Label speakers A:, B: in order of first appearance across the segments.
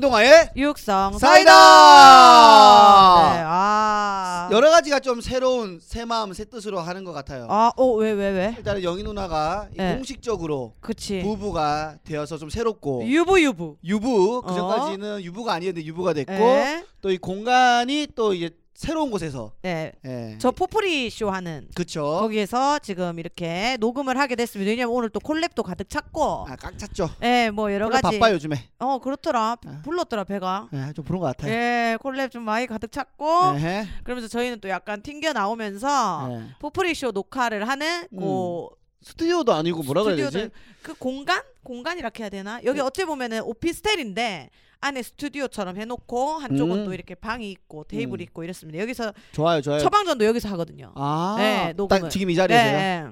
A: 동아의
B: 육성
A: 사이다!
B: 네, 아.
A: 여러 가지가 좀 새로운 새 마음 새 뜻으로 하는 것 같아요.
B: 아, 어, 왜, 왜, 왜?
A: 일단은 영희 누나가 이
B: 네.
A: 공식적으로
B: 그치.
A: 부부가 되어서 좀 새롭고
B: 유부, 어. 유부.
A: 유부 그 전까지는 유부가 아니었는데 유부가 됐고
B: 예.
A: 또 이 공간이 또 이제 새로운 곳에서
B: 네.
A: 예.
B: 저 포프리 쇼 하는
A: 그쵸.
B: 거기에서 지금 이렇게 녹음을 하게 됐습니다. 왜냐면 오늘 또 콜랩도 가득 찼고.
A: 아 꽉 찼죠.
B: 예, 뭐 여러
A: 원래
B: 가지.
A: 바빠 요즘에
B: 어, 그렇더라.
A: 아.
B: 불렀더라, 배가.
A: 예, 좀 부른 것 같아요.
B: 예, 콜랩 좀 많이 가득 찼고.
A: 에헤.
B: 그러면서 저희는 또 약간 튕겨 나오면서
A: 예.
B: 포프리 쇼 녹화를 하는
A: 음.
B: 그
A: 스튜디오도 아니고 뭐라 그래야 되지? 네.
B: 스튜디오는 그 공간 공간 이렇게 해야 되나 여기 어찌 보면은 오피스텔인데 안에 스튜디오처럼 해놓고 한쪽은
A: 음.
B: 또 이렇게 방이 있고 테이블 이
A: 음.
B: 있고 이랬습니다 여기서
A: 좋아요, 좋아요.
B: 처방전도 여기서 하거든요
A: 아,
B: 네, 녹음을.
A: 딱 지금 이 자리에서요.
B: 네.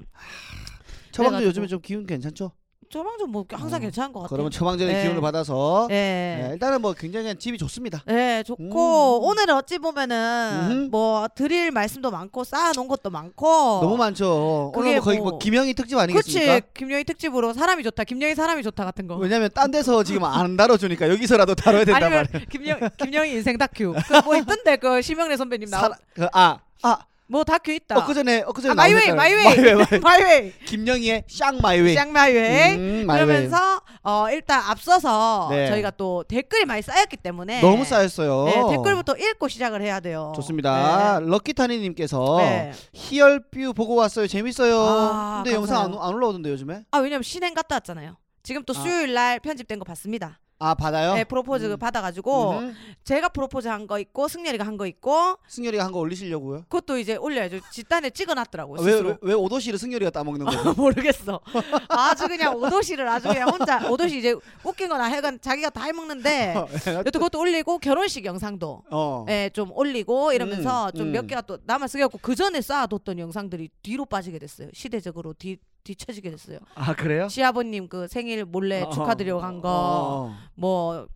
A: 처방전
B: 그래가지고.
A: 요즘에 좀 기운 괜찮죠?
B: 처방전 뭐 항상
A: 어,
B: 괜찮은 것 같아요
A: 그러면 처방전의
B: 네.
A: 기운을 받아서 네,
B: 예.
A: 일단은 뭐 굉장히 그냥 집이 좋습니다.
B: 예, 좋고
A: 음.
B: 오늘은 어찌 보면은
A: 음흠.
B: 뭐 드릴 말씀도 많고 쌓아놓은 것도 많고
A: 너무
B: 어.
A: 많죠. 오늘
B: 그게
A: 뭐 거의 뭐,
B: 뭐-
A: 김영희 특집 아니겠습니까?
B: 그치 김영희 특집으로 사람이 좋다 김영희 사람이 좋다 같은 거
A: 왜냐면 딴 데서 지금 안 다뤄주니까 여기서라도 다뤄야 된단
B: 아니면
A: 말이에요.
B: 김영 김영희 인생 다큐 그뭐 있던데 그 심영래 선배님 나오
A: 사람- 그- 아, 아,
B: 뭐 다큐 있다.
A: 엊그전에, 엊그전에
B: 아, 마이웨이,
A: 나오셨잖아요.
B: 마이웨이.
A: 마이웨이, 마이웨이.
B: 마이웨이.
A: 김영희의 샹 마이웨이.
B: 짱 마이웨이.
A: 음, 마이웨이.
B: 그러면서 어, 일단 앞서서
A: 네.
B: 저희가 또 댓글이 많이 쌓였기 때문에
A: 너무 쌓였어요.
B: 네, 댓글부터 읽고 시작을 해야 돼요.
A: 좋습니다.
B: 네.
A: 럭키타니님께서
B: 네.
A: 희열뷰 보고 왔어요. 재밌어요.
B: 아,
A: 근데 영상 안,
B: 감사해요.
A: 안 올라오던데 요즘에?
B: 아 왜냐면 신행 갔다 왔잖아요. 지금 또
A: 아.
B: 수요일 날 편집된 거 봤습니다.
A: 아 받아요?
B: 네, 프로포즈
A: 음.
B: 받아가지고
A: 음.
B: 제가 프로포즈 한 거 있고 승렬이가 한 거 있고
A: 승열이가 한 거 올리시려고요? 아,
B: 그것도 이제 올려야죠. 집단에 찍어놨더라고요.
A: 왜
B: 뭐, 스스로. 네.
A: 왜 오도시를 승열이가 따먹는 거죠?
B: 모르겠어. 아주 그냥 오도시를 아주 그냥 혼자 오도시 이제 웃긴 거나 하여간 자기가 다 해먹는데 여튼 그것도 올리고 결혼식 영상도
A: 아, 어.
B: 예, 좀 올리고 이러면서
A: 음,
B: 좀 몇
A: 음.
B: 개가 또 남아서갖고 그 전에 쌓아뒀던 영상들이 뒤로 빠지게 됐어요. 시대적으로 뒤 뒤처지게 됐어요.
A: 아 그래요?
B: 시아버님 그 생일 몰래
A: 어,
B: 축하드리러 간 거,
A: 어.
B: 뭐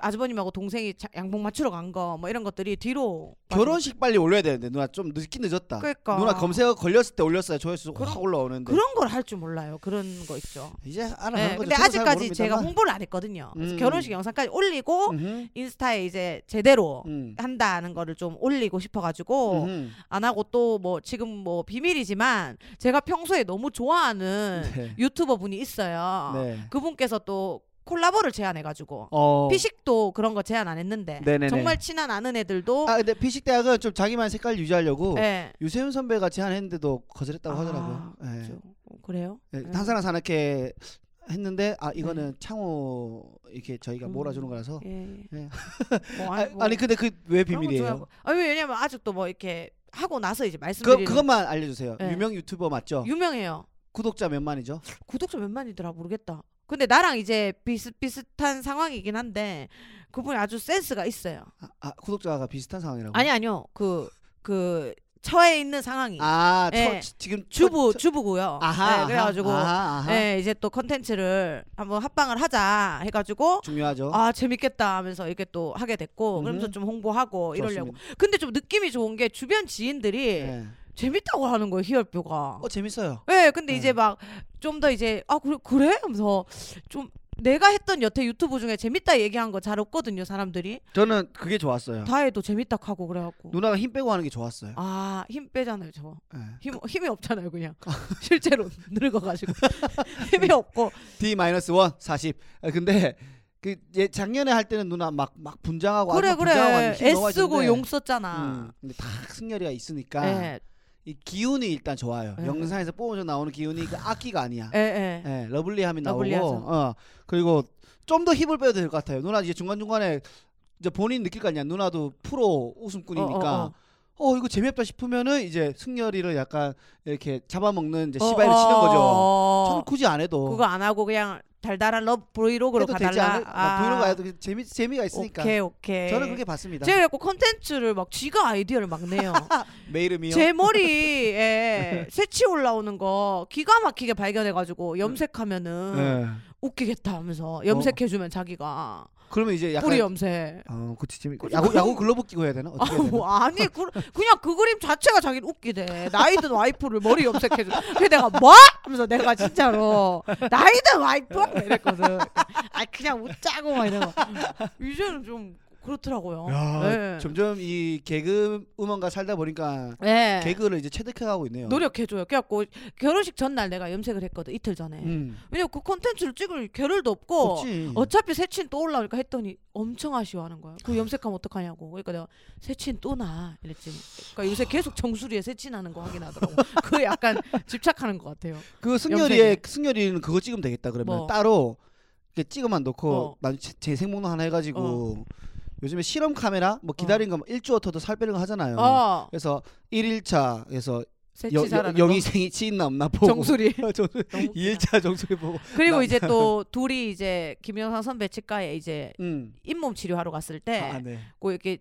B: 아주버님하고 동생이 자- 양복 맞추러 간 거, 뭐 이런 것들이 뒤로
A: 결혼식 빨리 올려야 되는데 누나 좀 늦긴 늦었다.
B: 그러니까.
A: 누나 검색어 걸렸을 때 올렸어요. 조회수
B: 그런-
A: 확 올라오는데.
B: 그런 걸 할 줄 몰라요. 그런 거 있죠.
A: 이제 알아 하는
B: 네,
A: 거죠.
B: 근데
A: 저도 잘
B: 아직까지 제가
A: 모릅니다만.
B: 홍보를 안 했거든요. 그래서
A: 음.
B: 결혼식 영상까지 올리고
A: 음흠,
B: 인스타에 이제 제대로
A: 음.
B: 한다는 거를 좀 올리고 싶어가지고
A: 음흠.
B: 안 하고 또 뭐 지금 뭐 비밀이지만 제가 평소에 너무 좋아하는
A: 네.
B: 유튜버 분이 있어요.
A: 네.
B: 그분께서 또 콜라보를 제안해가지고
A: 어.
B: 피식도 그런 거 제안 안 했는데
A: 네네네.
B: 정말 친한 아는 애들도
A: 아 네. 근데 피식 대학은 좀 자기만 색깔 유지하려고
B: 예.
A: 유세윤 선배가 제안했는데도 거절했다고
B: 아,
A: 하더라고요. 예.
B: 그죠. 어, 그래요?
A: 네,
B: 네.
A: 항상 사납게 했는데 아 이거는 창호 이렇게 저희가 몰아주는 거라서
B: 예, 예.
A: 예.
B: 뭐,
A: 아,
B: 아니, 뭐
A: 아니 근데 그 왜
B: 그런 건
A: 비밀이에요?
B: 좋아하고. 아니 왜냐면 아직도 뭐 이렇게 하고 나서 이제 말씀드리는
A: 그 그것만 알려주세요.
B: 예.
A: 유명 유튜버 맞죠?
B: 유명해요.
A: 구독자 몇만이죠?
B: 구독자 몇만이더라 모르겠다. 근데 나랑 이제 비슷비슷한 상황이긴 한데 그분이 아주 센스가 있어요.
A: 아, 아, 구독자가 비슷한 상황이라고.
B: 아니 아니요. 그 그 처해 있는 상황이
A: 아, 저-
B: 예.
A: 지- 지금
B: 주부 주부고요.
A: 저- 아하
B: 네, 그래가지고
A: 아하, 아하.
B: 네, 이제 또 컨텐츠를 한번 합방을 하자 해가지고
A: 중요하죠.
B: 아 재밌겠다 하면서 이렇게 또 하게 됐고 그러면서
A: 음흠.
B: 좀 홍보하고 뭐 이러려고. 네.
A: 좋습니다.
B: 근데 좀 느낌이 좋은 게 주변 지인들이
A: 예.
B: 재밌다고 하는 거예요 희열뼈가.
A: 어 재밌어요.
B: 네, 근데
A: 네.
B: 이제 막 좀 더 이제 아 그래 그래 하면서 좀 내가 했던 여태 유튜브 중에 재밌다 얘기한 거 잘 없거든요 사람들이
A: 저는 그게 좋았어요.
B: 다 해도 재밌다 하고 그래갖고
A: 아. 누나가 힘 빼고 하는 게 좋았어요.
B: 아 힘 빼잖아요 저
A: 예.
B: 힘, 힘이 없잖아요 그냥 실제로 늙어가지고 힘이 없고
A: D 마이너스 원 40. 아, 근데 그 예, 작년에 할 때는 누나 막 막 분장하고
B: 그래
A: 아주 분장하고
B: 그래
A: 하는데 어, 힘이
B: 애쓰고
A: 넘어지는데
B: 용 썼잖아
A: 음, 그러니까. 근데 다 승열이가 있으니까
B: 예예예
A: 이 기운이 일단 좋아요.
B: 네.
A: 영상에서 뿜어져 나오는 기운이 그 악기가 아니야. 예, 러블리함이 나오고,
B: 러블리하죠.
A: 어, 그리고 좀 더 힘을 빼도 될 것 같아요. 누나 이제 중간 중간에 이제 본인 느낄 거 아니야. 누나도 프로 웃음꾼이니까.
B: 어,
A: 어,
B: 어,
A: 이거 재미없다 싶으면은 이제 승열이를 약간 이렇게 잡아먹는
B: 어,
A: 이제 시바이를 치는 거죠. 저는 굳이 안 해도
B: 그거 안 하고 그냥 달달한 러브 브이로그로
A: 해도 되지
B: 가달라
A: 않을 아, 브이로그 해도 재미 재미가 있으니까.
B: 오케이 오케이
A: 저는 그렇게 봤습니다.
B: 제가 자꾸 컨텐츠를 막 쥐가 아이디어를 막 내요.
A: 내 이름이요. 네.
B: 제 머리에 새치 올라오는 거 기가 막히게 발견해가지고 염색하면은
A: 예.
B: 웃기겠다 하면서 염색해주면 자기가
A: 그러면 이제 약간
B: 뿌리 염색.
A: 어, 고치침 있고 야구 야구 글러브 끼고 해야 되나? 어떻게 해야 되나?
B: 아우, 아니 그, 그냥 그 그림 자체가 자기는 웃기대 나이든 와이프를 머리 염색해줘 그래 내가 뭐? 하면서 내가 진짜로 나이든 와이프? 막 이랬거든 아 그냥 웃자고 막 이러고 이제는 좀 그렇더라고요
A: 야,
B: 네.
A: 점점 이 개그 음원가 살다 보니까
B: 네.
A: 개그를 이제 체득해가고 있네요.
B: 노력해줘요 그래갖고 결혼식 전날 내가 염색을 했거든 이틀 전에
A: 음.
B: 왜냐면 그 콘텐츠를 찍을 겨를도 없고
A: 없지.
B: 어차피 새친 또 올라오니까 했더니 엄청 아쉬워하는 거야. 그 염색하면 어떡하냐고. 그러니까 내가 새친 또 나. 이랬지. 그러니까 요새 계속 정수리에 새친 하는 거 확인하더라고. 그 약간 집착하는 것 같아요.
A: 그 승열이의 승열이는 그거 찍으면 되겠다. 그러면
B: 뭐.
A: 따로 이렇게 찍어만 놓고
B: 어.
A: 나중에 제- 제 생목록 하나 해가지고 요즘에 실험 카메라 뭐 기다린 거뭐 일주어 터도 살 빼는 거 하잖아요.
B: 어,
A: 그래서 1일차 그래서 음. 여-
B: 새치
A: 여-
B: 잘하는
A: 영희
B: 거.
A: 생이 치인나 없나 보고 아,
B: 정수리.
A: 정수리.
B: 너무 웃기다.
A: 2일차 정수리 보고
B: 그리고
A: 나-
B: 이제 또 둘이 이제 김영상 선배 치과에 이제
A: 음.
B: 잇몸 치료하러 갔을 때
A: 아,
B: 그
A: 네.
B: 이렇게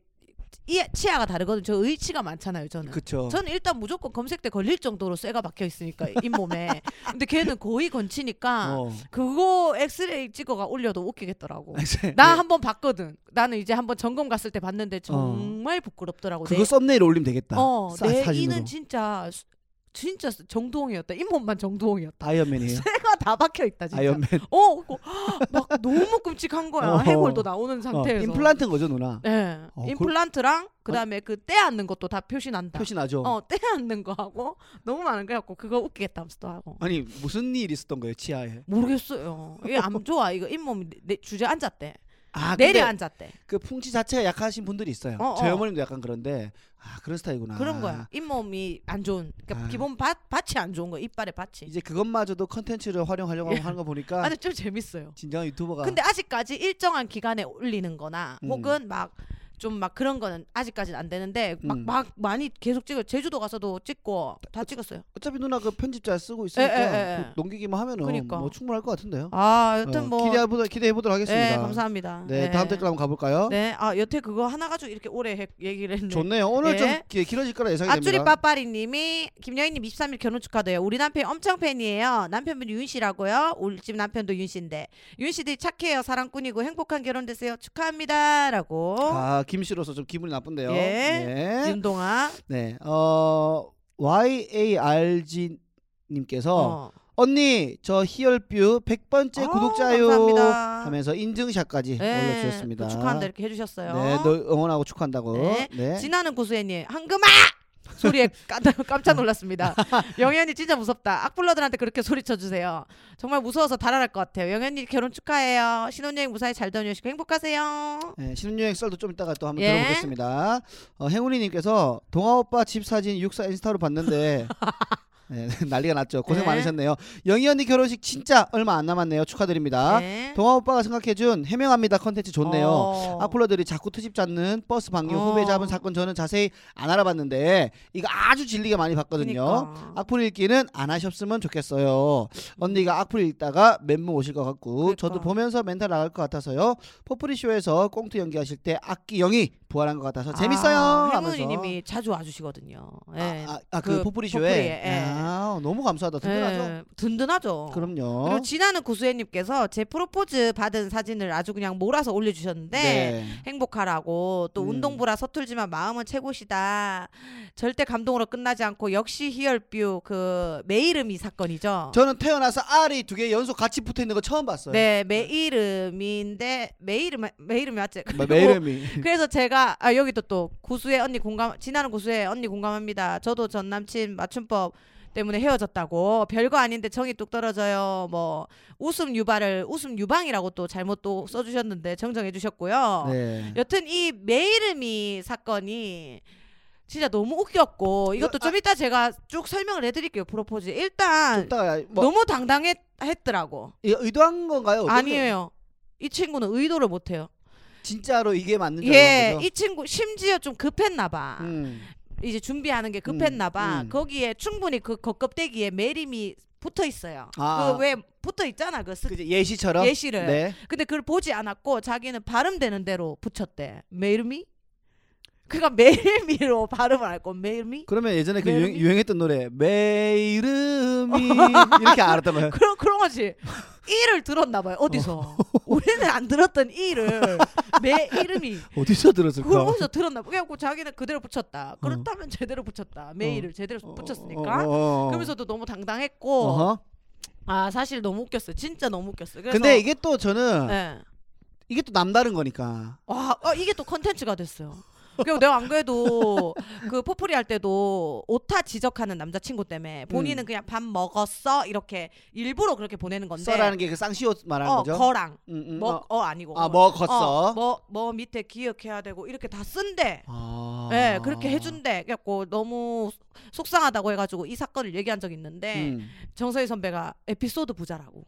B: 이, 치아가 다르거든. 저 의치가 많잖아요, 저는.
A: 그쵸.
B: 저는 일단 무조건 검색 때 걸릴 정도로 쇠가 박혀 있으니까 잇몸에. 근데 걔는 거의 건치니까
A: 어.
B: 그거 엑스레이 찍어가 올려도 웃기겠더라고.
A: 네. 어.
B: 나 한 번 봤거든. 나는 이제 한 번 점검 갔을 때 봤는데 정말 부끄럽더라고.
A: 그거
B: 내,
A: 썸네일 올리면 되겠다.
B: 어,
A: 사,
B: 내
A: 사진으로.
B: 이는 진짜 수- 진짜 정동이었다. 잇몸만 정동이었다.
A: 아이언맨이에요.
B: 쇠가 다 박혀 있다 진짜.
A: 아이언맨.
B: 어, 그거 막 너무 끔찍한 거야.
A: 어.
B: 해골도 나오는
A: 어,
B: 상태에서.
A: 임플란트인 거죠 누나.
B: 네.
A: 어, 그-
B: 임플란트랑 그다음에 그 떼앉는 것도 다 표시난다.
A: 표시 나죠.
B: 어, 떼앉는 거 하고 너무 많은 거 갖고 그거 웃기겠다 하면서 또 하고.
A: 아니 무슨 일 있었던 거예요 치아에?
B: 모르겠어요. 이게 안 좋아. 이거 잇몸이 내- 주저앉았대.
A: 아 근데
B: 내려앉았대.
A: 그 풍치 자체가 약하신 분들이 있어요.
B: 어,
A: 저희
B: 어.
A: 어머님도 약간 그런데 아 그런 스타일이구나.
B: 그런 거야. 잇몸이 안 좋은. 그러니까
A: 아.
B: 기본 밭, 밭이 안 좋은 거야. 이빨의 밭이.
A: 이제 그것마저도 컨텐츠를 활용하려고
B: 예.
A: 하는 거 보니까
B: 아, 근데 좀 재밌어요.
A: 진정한 유튜버가
B: 근데 아직까지 일정한 기간에 올리는 거나
A: 음.
B: 혹은 막 좀 막 그런 거는 아직까지는 안 되는데 막,
A: 음. 그
B: 막 많이 계속 찍어 제주도 가서도 찍고 다 찍었어요.
A: 어차피 누나 그 편집 잘 쓰고
B: 예,
A: 있으니까
B: 에, 에, 에.
A: 그 넘기기만 하면은
B: 그러니까.
A: 뭐 충분할 것 같은데요. 어,
B: 아 여튼 뭐
A: 기대해 보도록 하겠습니다.
B: 네, 감사합니다. 예.
A: 네, 다음 댓글 한번 가볼까요?
B: 네, 아 여태 그거 하나 가지고 이렇게 오래 했- 얘기를 했네.
A: 좋네요. 오늘
B: 네.
A: 좀 기- 길어질 거라 예상이
B: 아쭈리
A: 됩니다.
B: 빠빠리님이 김여인님 23일 결혼 축하드려요. 우리 남편 엄청 팬이에요. 남편분 윤 씨라고요. 우리 집 남편도 윤 씨인데 윤 씨들이 착해요. 사랑꾼이고 행복한 결혼 되세요. 축하합니다라고.
A: 아 김씨로서 좀 기분이 나쁜데요.
B: 예.
A: 네.
B: 윤동아.
A: 네. 어 YARG
B: 어.
A: 님께서 언니 저 희열뷰 100번째
B: 아,
A: 구독자요
B: 감사합니다.
A: 하면서 인증샷까지
B: 네,
A: 예, 올려 주셨습니다.
B: 또 축하한다 이렇게 해주셨어요.
A: 네, 너 응원하고 축한다고.
B: 네.
A: 네.
B: 진화는 구수애님 황금아 소리에 깜- 깜짝 놀랐습니다. 영현이 진짜 무섭다. 악플러들한테 그렇게 소리쳐 주세요. 정말 무서워서 달아날 것 같아요. 영현이 결혼 축하해요. 신혼여행 무사히 잘 다녀오시고 행복하세요.
A: 네, 신혼여행 썰도 좀 이따가 또 한번
B: 예.
A: 들어보겠습니다. 어, 행운이님께서 동아 오빠 집 사진 육사 인스타로 봤는데 네, 난리가 났죠. 고생
B: 예.
A: 많으셨네요. 영희 언니 결혼식 진짜 얼마 안 남았네요. 축하드립니다.
B: 네.
A: 동아 오빠가 생각해준 해명합니다 컨텐츠 좋네요.
B: 어.
A: 악플러들이 자꾸 트집 잡는 버스 방뇨
B: 어.
A: 후배 잡은 사건 저는 자세히 안 알아봤는데 이거 아주 진리게 많이 봤거든요.
B: 그러니까. 음.
A: 악플 읽기는 안 하셨으면 좋겠어요. 언니가 악플 읽다가 멘붕 오실 것 같고
B: 그러니까.
A: 저도 보면서 멘탈 나갈 것 같아서요. 포프리 쇼에서 꽁트 연기하실 때 악기 영이 부활한 것 같아서 재밌어요.
B: 아,
A: 하면서.
B: 할머니님이 자주 와주시거든요. 예.
A: 아, 아, 그,
B: 그
A: 포프리
B: 포프리에,
A: 쇼에
B: 예.
A: 아, 너무 감사하다. 든든하죠.
B: 예, 든든하죠.
A: 그럼요.
B: 그리고 지나는 구수애님께서 제 프로포즈 받은 사진을 아주 그냥 몰아서 올려주셨는데 행복하라고 또
A: 네. 음.
B: 운동부라 서툴지만 마음은 최고시다. 절대 감동으로 끝나지 않고 역시 희열뷰 그 매이름이 사건이죠.
A: 저는 태어나서 알이 두 개 연속 같이 붙어 있는 거 처음 봤어요.
B: 네 매이름인데 매이름 매이름이 맞지?
A: 뭐, 내 이름이.
B: 그래서 제가 아 여기도 또 구수의 언니 공감 지나는 구수의 언니 공감합니다. 저도 전 남친 맞춤법 때문에 헤어졌다고 별거 아닌데 정이 뚝 떨어져요. 뭐 웃음 유발을 웃음 유방이라고 또 잘못 또 써주셨는데 정정해 주셨고요.
A: 네.
B: 여튼 이 메이름이 사건이 진짜 너무 웃겼고 이것도
A: 아.
B: 좀 이따 제가 쭉 설명을 해드릴게요 프로포즈 일단
A: 이따가 뭐
B: 너무 당당했더라고
A: 이- 의도한 건가요? 어떻게-
B: 아니에요 이 친구는 의도를 못해요
A: 진짜로 이게 맞는지 예, 거죠?
B: 예이 친구 심지어 좀 급했나봐
A: 음.
B: 이제 준비하는 게 급했나봐
A: 음, 음.
B: 거기에 충분히 그 겉껍데기에 메림이 붙어 있어요
A: 아.
B: 그 왜 붙어 있잖아 그 스...
A: 그 이제 예시처럼
B: 예시를
A: 네.
B: 근데 그걸 보지 않았고 자기는 발음되는 대로 붙였대 메이름이 그러니까 매일미로 발음을 알고 매일미
A: 그러면 예전에 그 유행,
B: 메이름이?
A: 유행했던 노래 메이름이 이렇게 알았단 말이야.
B: 그런 그런 거지. 이를 들었나 봐요. 어디서 우리는 안 들었던 이를 매 이름이
A: 어디서 들었을까?
B: 그런 거서 들었나 봐. 그래갖고 자기는 그대로 붙였다. 그렇다면 제대로 붙였다.
A: 어.
B: 메일을 제대로
A: 어,
B: 붙였으니까.
A: 어, 어, 어.
B: 그러면서도 너무 당당했고
A: 어허.
B: 아 사실 너무 웃겼어요. 진짜 너무 웃겼어요. 그래서
A: 근데 이게 또 저는
B: 예.
A: 이게 또 남다른 거니까.
B: 와 어, 이게 또 컨텐츠가 됐어요. 그리고 내가 안 그래도 그 포프리 할 때도 오타 지적하는 남자친구 때문에 본인은
A: 음.
B: 그냥 밥 먹었어 이렇게 일부러 그렇게 보내는 건데
A: 써라는 게 그 쌍시옷 말하는
B: 어
A: 거죠.
B: 거랑
A: 음, 음,
B: 먹
A: 어.
B: 어 아니고
A: 아 먹었어.
B: 어, 뭐, 뭐 밑에 기억해야 되고 이렇게 다 쓴대.
A: 아.
B: 예, 그렇게 해준대. 그래갖고 너무 속상하다고 해가지고 이 사건을 얘기한 적이 있는데
A: 음.
B: 정서희 선배가 에피소드 부자라고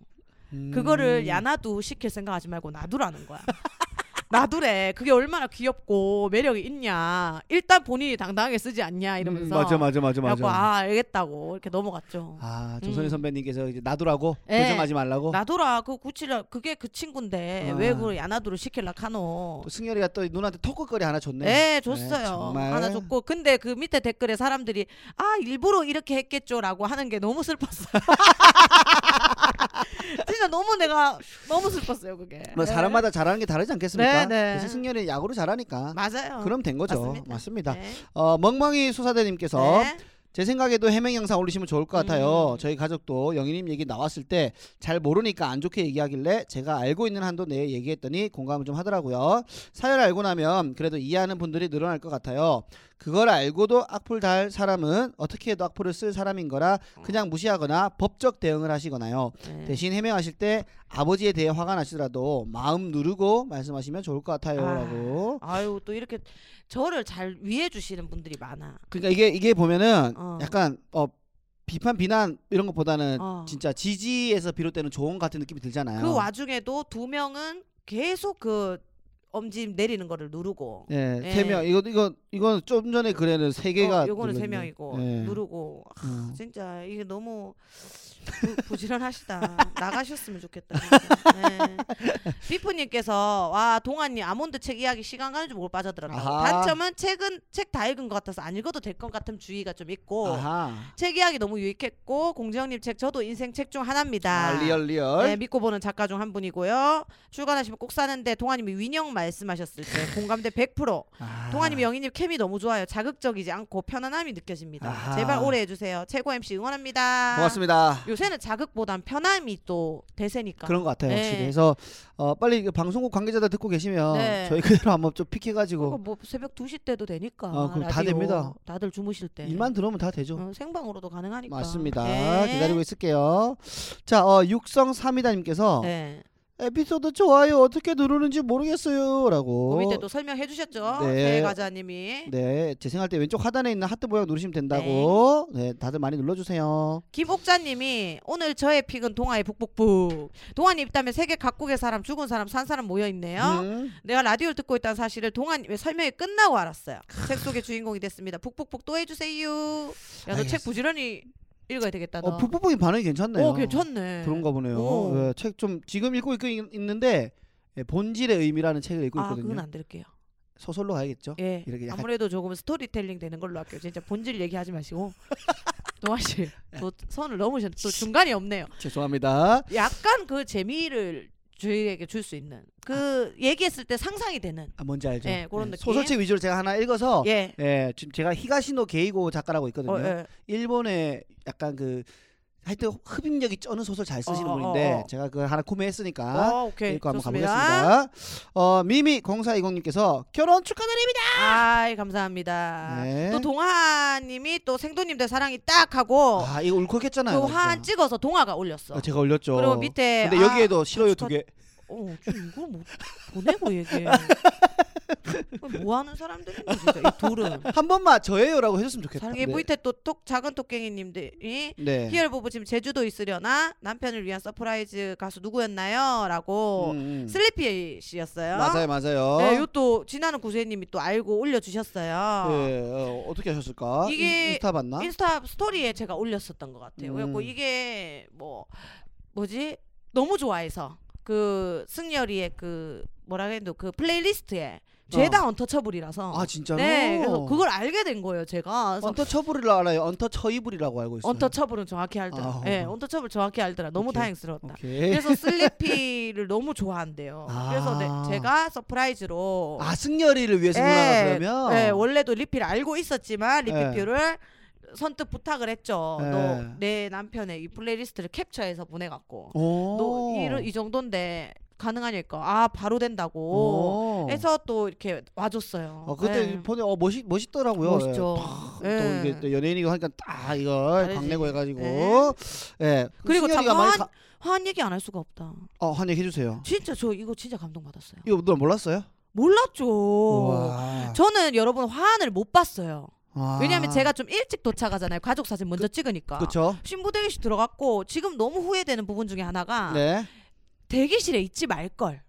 A: 음.
B: 그거를 야나두 시킬 생각하지 말고 놔두라는 거야. 놔두래. 그게 얼마나 귀엽고 매력이 있냐. 일단 본인이 당당하게 쓰지 않냐 이러면서.
A: 음, 맞아 맞아 맞아
B: 그래갖고
A: 맞아.
B: 아 알겠다고 이렇게 넘어갔죠.
A: 아 정선희
B: 음.
A: 선배님께서 이제 놔두라고
B: 예.
A: 교정하지 말라고.
B: 놔둬라 그 구치라 그게 그 친구인데
A: 아.
B: 왜 그 야나두를 시킬라 카노.
A: 또 어, 승열이가 또 누나한테 토크거리 하나 줬네.
B: 네,
A: 네,
B: 줬어요.
A: 정말.
B: 하나 줬고 근데 그 밑에 댓글에 사람들이 아 일부러 이렇게 했겠죠라고 하는 게 너무 슬펐어. 진짜 너무 내가 너무 슬펐어요 그게.
A: 뭐
B: 네.
A: 사람마다 잘하는 게 다르지
B: 네,
A: 않겠습니까?
B: 네.
A: 대신 승열이 야구를 잘하니까
B: 맞아요.
A: 그럼 된 거죠.
B: 맞습니다. 네.
A: 어, 멍멍이 수사대님께서
B: 네.
A: 제 생각에도 해명 영상 올리시면 좋을 것 같아요.
B: 음.
A: 저희 가족도 영희님 얘기 나왔을 때 잘 모르니까 안 좋게 얘기하길래 제가 알고 있는 한도 내에 얘기했더니 공감을 좀 하더라고요. 사연 알고 나면 그래도 이해하는 분들이 늘어날 것 같아요. 그걸 알고도 악플 달 사람은 어떻게 해도 악플을 쓸 사람인 거라 그냥 무시하거나 법적 대응을 하시거나요.
B: 어. 네.
A: 대신 해명하실 때 아버지에 대해 화가 나시더라도 마음 누르고 말씀하시면 좋을 것 같아요라고.
B: 아유 또 이렇게 저를 잘 위해 주시는 분들이 많아.
A: 그러니까 이게 이게 보면은
B: 어.
A: 약간 어 비판 비난 이런 것보다는
B: 어.
A: 진짜 지지에서 비롯되는 조언 같은 느낌이 들잖아요.
B: 그 와중에도 두 명은 계속 그 엄지 내리는 거를 누르고
A: 예,
B: 예.
A: 세 명. 이거 이거 이건 좀 전에 그래는 세 개가
B: 어, 요거는 세
A: 눌렀네.
B: 명이고
A: 예.
B: 누르고 아,
A: 음.
B: 진짜 이게 너무 부, 부지런하시다 나가셨으면 좋겠다 진짜. 네. 비프님께서 와 동아님 아몬드 책 이야기 시간 가는 줄 모르고 빠져들었다 고
A: 아하.
B: 단점은 책은 책 다 읽은 것 같아서 안 읽어도 될 것 같은 주의가 좀 있고
A: 아하.
B: 책 이야기 너무 유익했고 공재영님 책 저도 인생 책 중 하나입니다
A: 아, 리얼 리얼.
B: 네, 믿고 보는 작가 중 한 분이고요. 출간하시면 꼭 사는데 동아님이 윈영 말씀하셨을 때 공감대 100%.
A: 아.
B: 동아님 영희님 캠이 너무 좋아요. 자극적이지 않고 편안함이 느껴집니다.
A: 아하.
B: 제발 오래 해주세요. 최고 MC 응원합니다.
A: 고맙습니다.
B: 요새는 자극보단 편함이 또 대세니까.
A: 그런 것 같아요
B: 네.
A: 확실히. 그래서 어, 빨리 그 방송국 관계자들 듣고 계시면
B: 네.
A: 저희 그대로 한번 좀 픽해가지고
B: 그거 뭐 새벽 2시 때도 되니까.
A: 아, 그럼 다
B: 라디오.
A: 됩니다.
B: 다들 주무실 때.
A: 일만 들어오면 다 되죠.
B: 어, 생방으로도 가능하니까.
A: 맞습니다.
B: 네.
A: 기다리고 있을게요. 자, 어, 육성 삼이다님께서
B: 네.
A: 에피소드 좋아요 어떻게 누르는지 모르겠어요라고.
B: 고민 그 때또 설명해 주셨죠.
A: 네.
B: 네. 과자님이.
A: 네, 재생할 때 왼쪽 하단에 있는 하트 모양 누르시면 된다고. 네, 다들 많이 눌러주세요.
B: 김옥자님이 오늘 저의 픽은 동아의 북북북. 동아님 입다면 세계 각국의 사람 죽은 사람 산 사람 모여 있네요.
A: 음.
B: 내가 라디오를 듣고 있다는 사실을 동아님의 설명이 끝나고 알았어요. 책 속의 주인공이 됐습니다. 북북북 또 해주세요. 야 너
A: 알겠어.
B: 책 부지런히 읽어야 되겠다. 너.
A: 어, 북북북이 반응이 괜찮네요.
B: 어, 괜찮네.
A: 그런가 보네요.
B: 오.
A: 네, 책좀 지금 읽고 있, 있는데 예, 본질의 의미라는 책을 읽고
B: 아
A: 있거든요.
B: 그건 안 들을게요.
A: 소설로 가야겠죠.
B: 예.
A: 이렇게 약간-
B: 아무래도 조금 스토리텔링 되는 걸로 할게요. 진짜 본질 얘기하지 마시고. 동아 씨, 또
A: 예.
B: 선을 넘으셨. 또 중간이 없네요.
A: 죄송합니다.
B: 약간 그 재미를 저희에게 줄 수 있는 그 얘기했을 때 상상이 되는
A: 아, 뭔지 알죠.
B: 예, 그런 느낌.
A: 소설책 위주로 제가 하나 읽어서
B: 예.
A: 예, 지금 제가 히가시노 게이고 작가라고 있거든요.
B: 어, 예.
A: 일본의 약간 그 하여튼 흡입력이 쩌는 소설 잘 쓰시는
B: 어, 어,
A: 분인데
B: 어, 어.
A: 제가 그걸 하나 구매했으니까
B: 어, 오케이.
A: 읽고 그러니까 한번
B: 좋습니다.
A: 가보겠습니다. 어, 미미 0420님께서 결혼 축하드립니다.
B: 아이, 감사합니다.
A: 네.
B: 또 동화님이 또 생도님 대 사랑이 딱 하고
A: 아 이거 울컥했잖아요.
B: 어. 그
A: 진짜.
B: 화한 찍어서 동화가 올렸어.
A: 어, 제가 올렸죠.
B: 그리고 밑에
A: 근데
B: 아,
A: 여기에도 싫어요
B: 축하-
A: 두 개.
B: 어, 좀 이걸 뭐 보내고 얘기해. 뭐 하는 사람들인가 진짜 이 둘은.
A: 한 번만 저예요라고 해줬으면 좋겠다.
B: 사랑의
A: 네.
B: 부이테 또 톡, 작은 토깽이님들이
A: 네.
B: 희열 부부 지금 제주도 있으려나 남편을 위한 서프라이즈 가수 누구였나요?라고
A: 음, 음.
B: 슬리피 씨였어요.
A: 맞아요, 맞아요.
B: 네, 요또 지나는 구세님이 또 알고 올려주셨어요.
A: 예, 어, 떻게 하셨을까?
B: 이게
A: 인- 인스타 봤나?
B: 인스타 스토리에 제가 올렸었던 것 같아요. 그래갖고
A: 음.
B: 이게 뭐 뭐지 너무 좋아해서 그 승열이의 그 뭐라 해도 그 플레이리스트에 죄다 언터처블이라서.
A: 어. 아 진짜로?
B: 네, 그래서 그걸 알게 된 거예요, 제가. 그래서
A: 언터 처불이라 알아요. 언터 처이불이라고 알고 있어요.
B: 언터처블은 정확히 알더라.
A: 아,
B: 네,
A: 어.
B: 언터처블 정확히 알더라. 너무
A: 오케이.
B: 다행스러웠다.
A: 오케이.
B: 그래서 슬리피를 너무 좋아한대요.
A: 예. 아.
B: 그래서 네, 제가 서프라이즈로
A: 아 승열이를 위해서 누나가
B: 예,
A: 그러면
B: 예, 원래도 리필 알고 있었지만
A: 예.
B: 리필표를 선뜻 부탁을 했죠.
A: 예.
B: 너 내 남편의 이 플레이리스트를 capture해서 보내갖고
A: 오.
B: 너 이런 이 정도인데 가능하니까 아 바로 된다고
A: 오.
B: 해서 또 이렇게 와줬어요.
A: 어, 그때
B: 예.
A: 보내 어 멋있 멋있더라고요.
B: 멋있죠.
A: 예. 팍,
B: 예.
A: 또 이게 또 연예인이고 하니까 딱 이걸
B: 다르지.
A: 광내고 해가지고
B: 예.
A: 예.
B: 그리고
A: 승열이가 많이
B: 잠깐
A: 가...
B: 화한 얘기 안 할 수가 없다.
A: 어 한얘기 해주세요.
B: 진짜 저 이거 진짜 감동받았어요.
A: 이거 누나 몰랐어요?
B: 몰랐죠.
A: 우와.
B: 저는 여러분 화환을 못 봤어요.
A: 아.
B: 왜냐하면 제가 좀 일찍 도착하잖아요. 가족 사진 먼저 찍으니까.
A: 그쵸?
B: 신부 대기실 들어갔고 지금 너무 후회되는 부분 중에 하나가
A: 네.
B: 대기실에 있지 말 걸.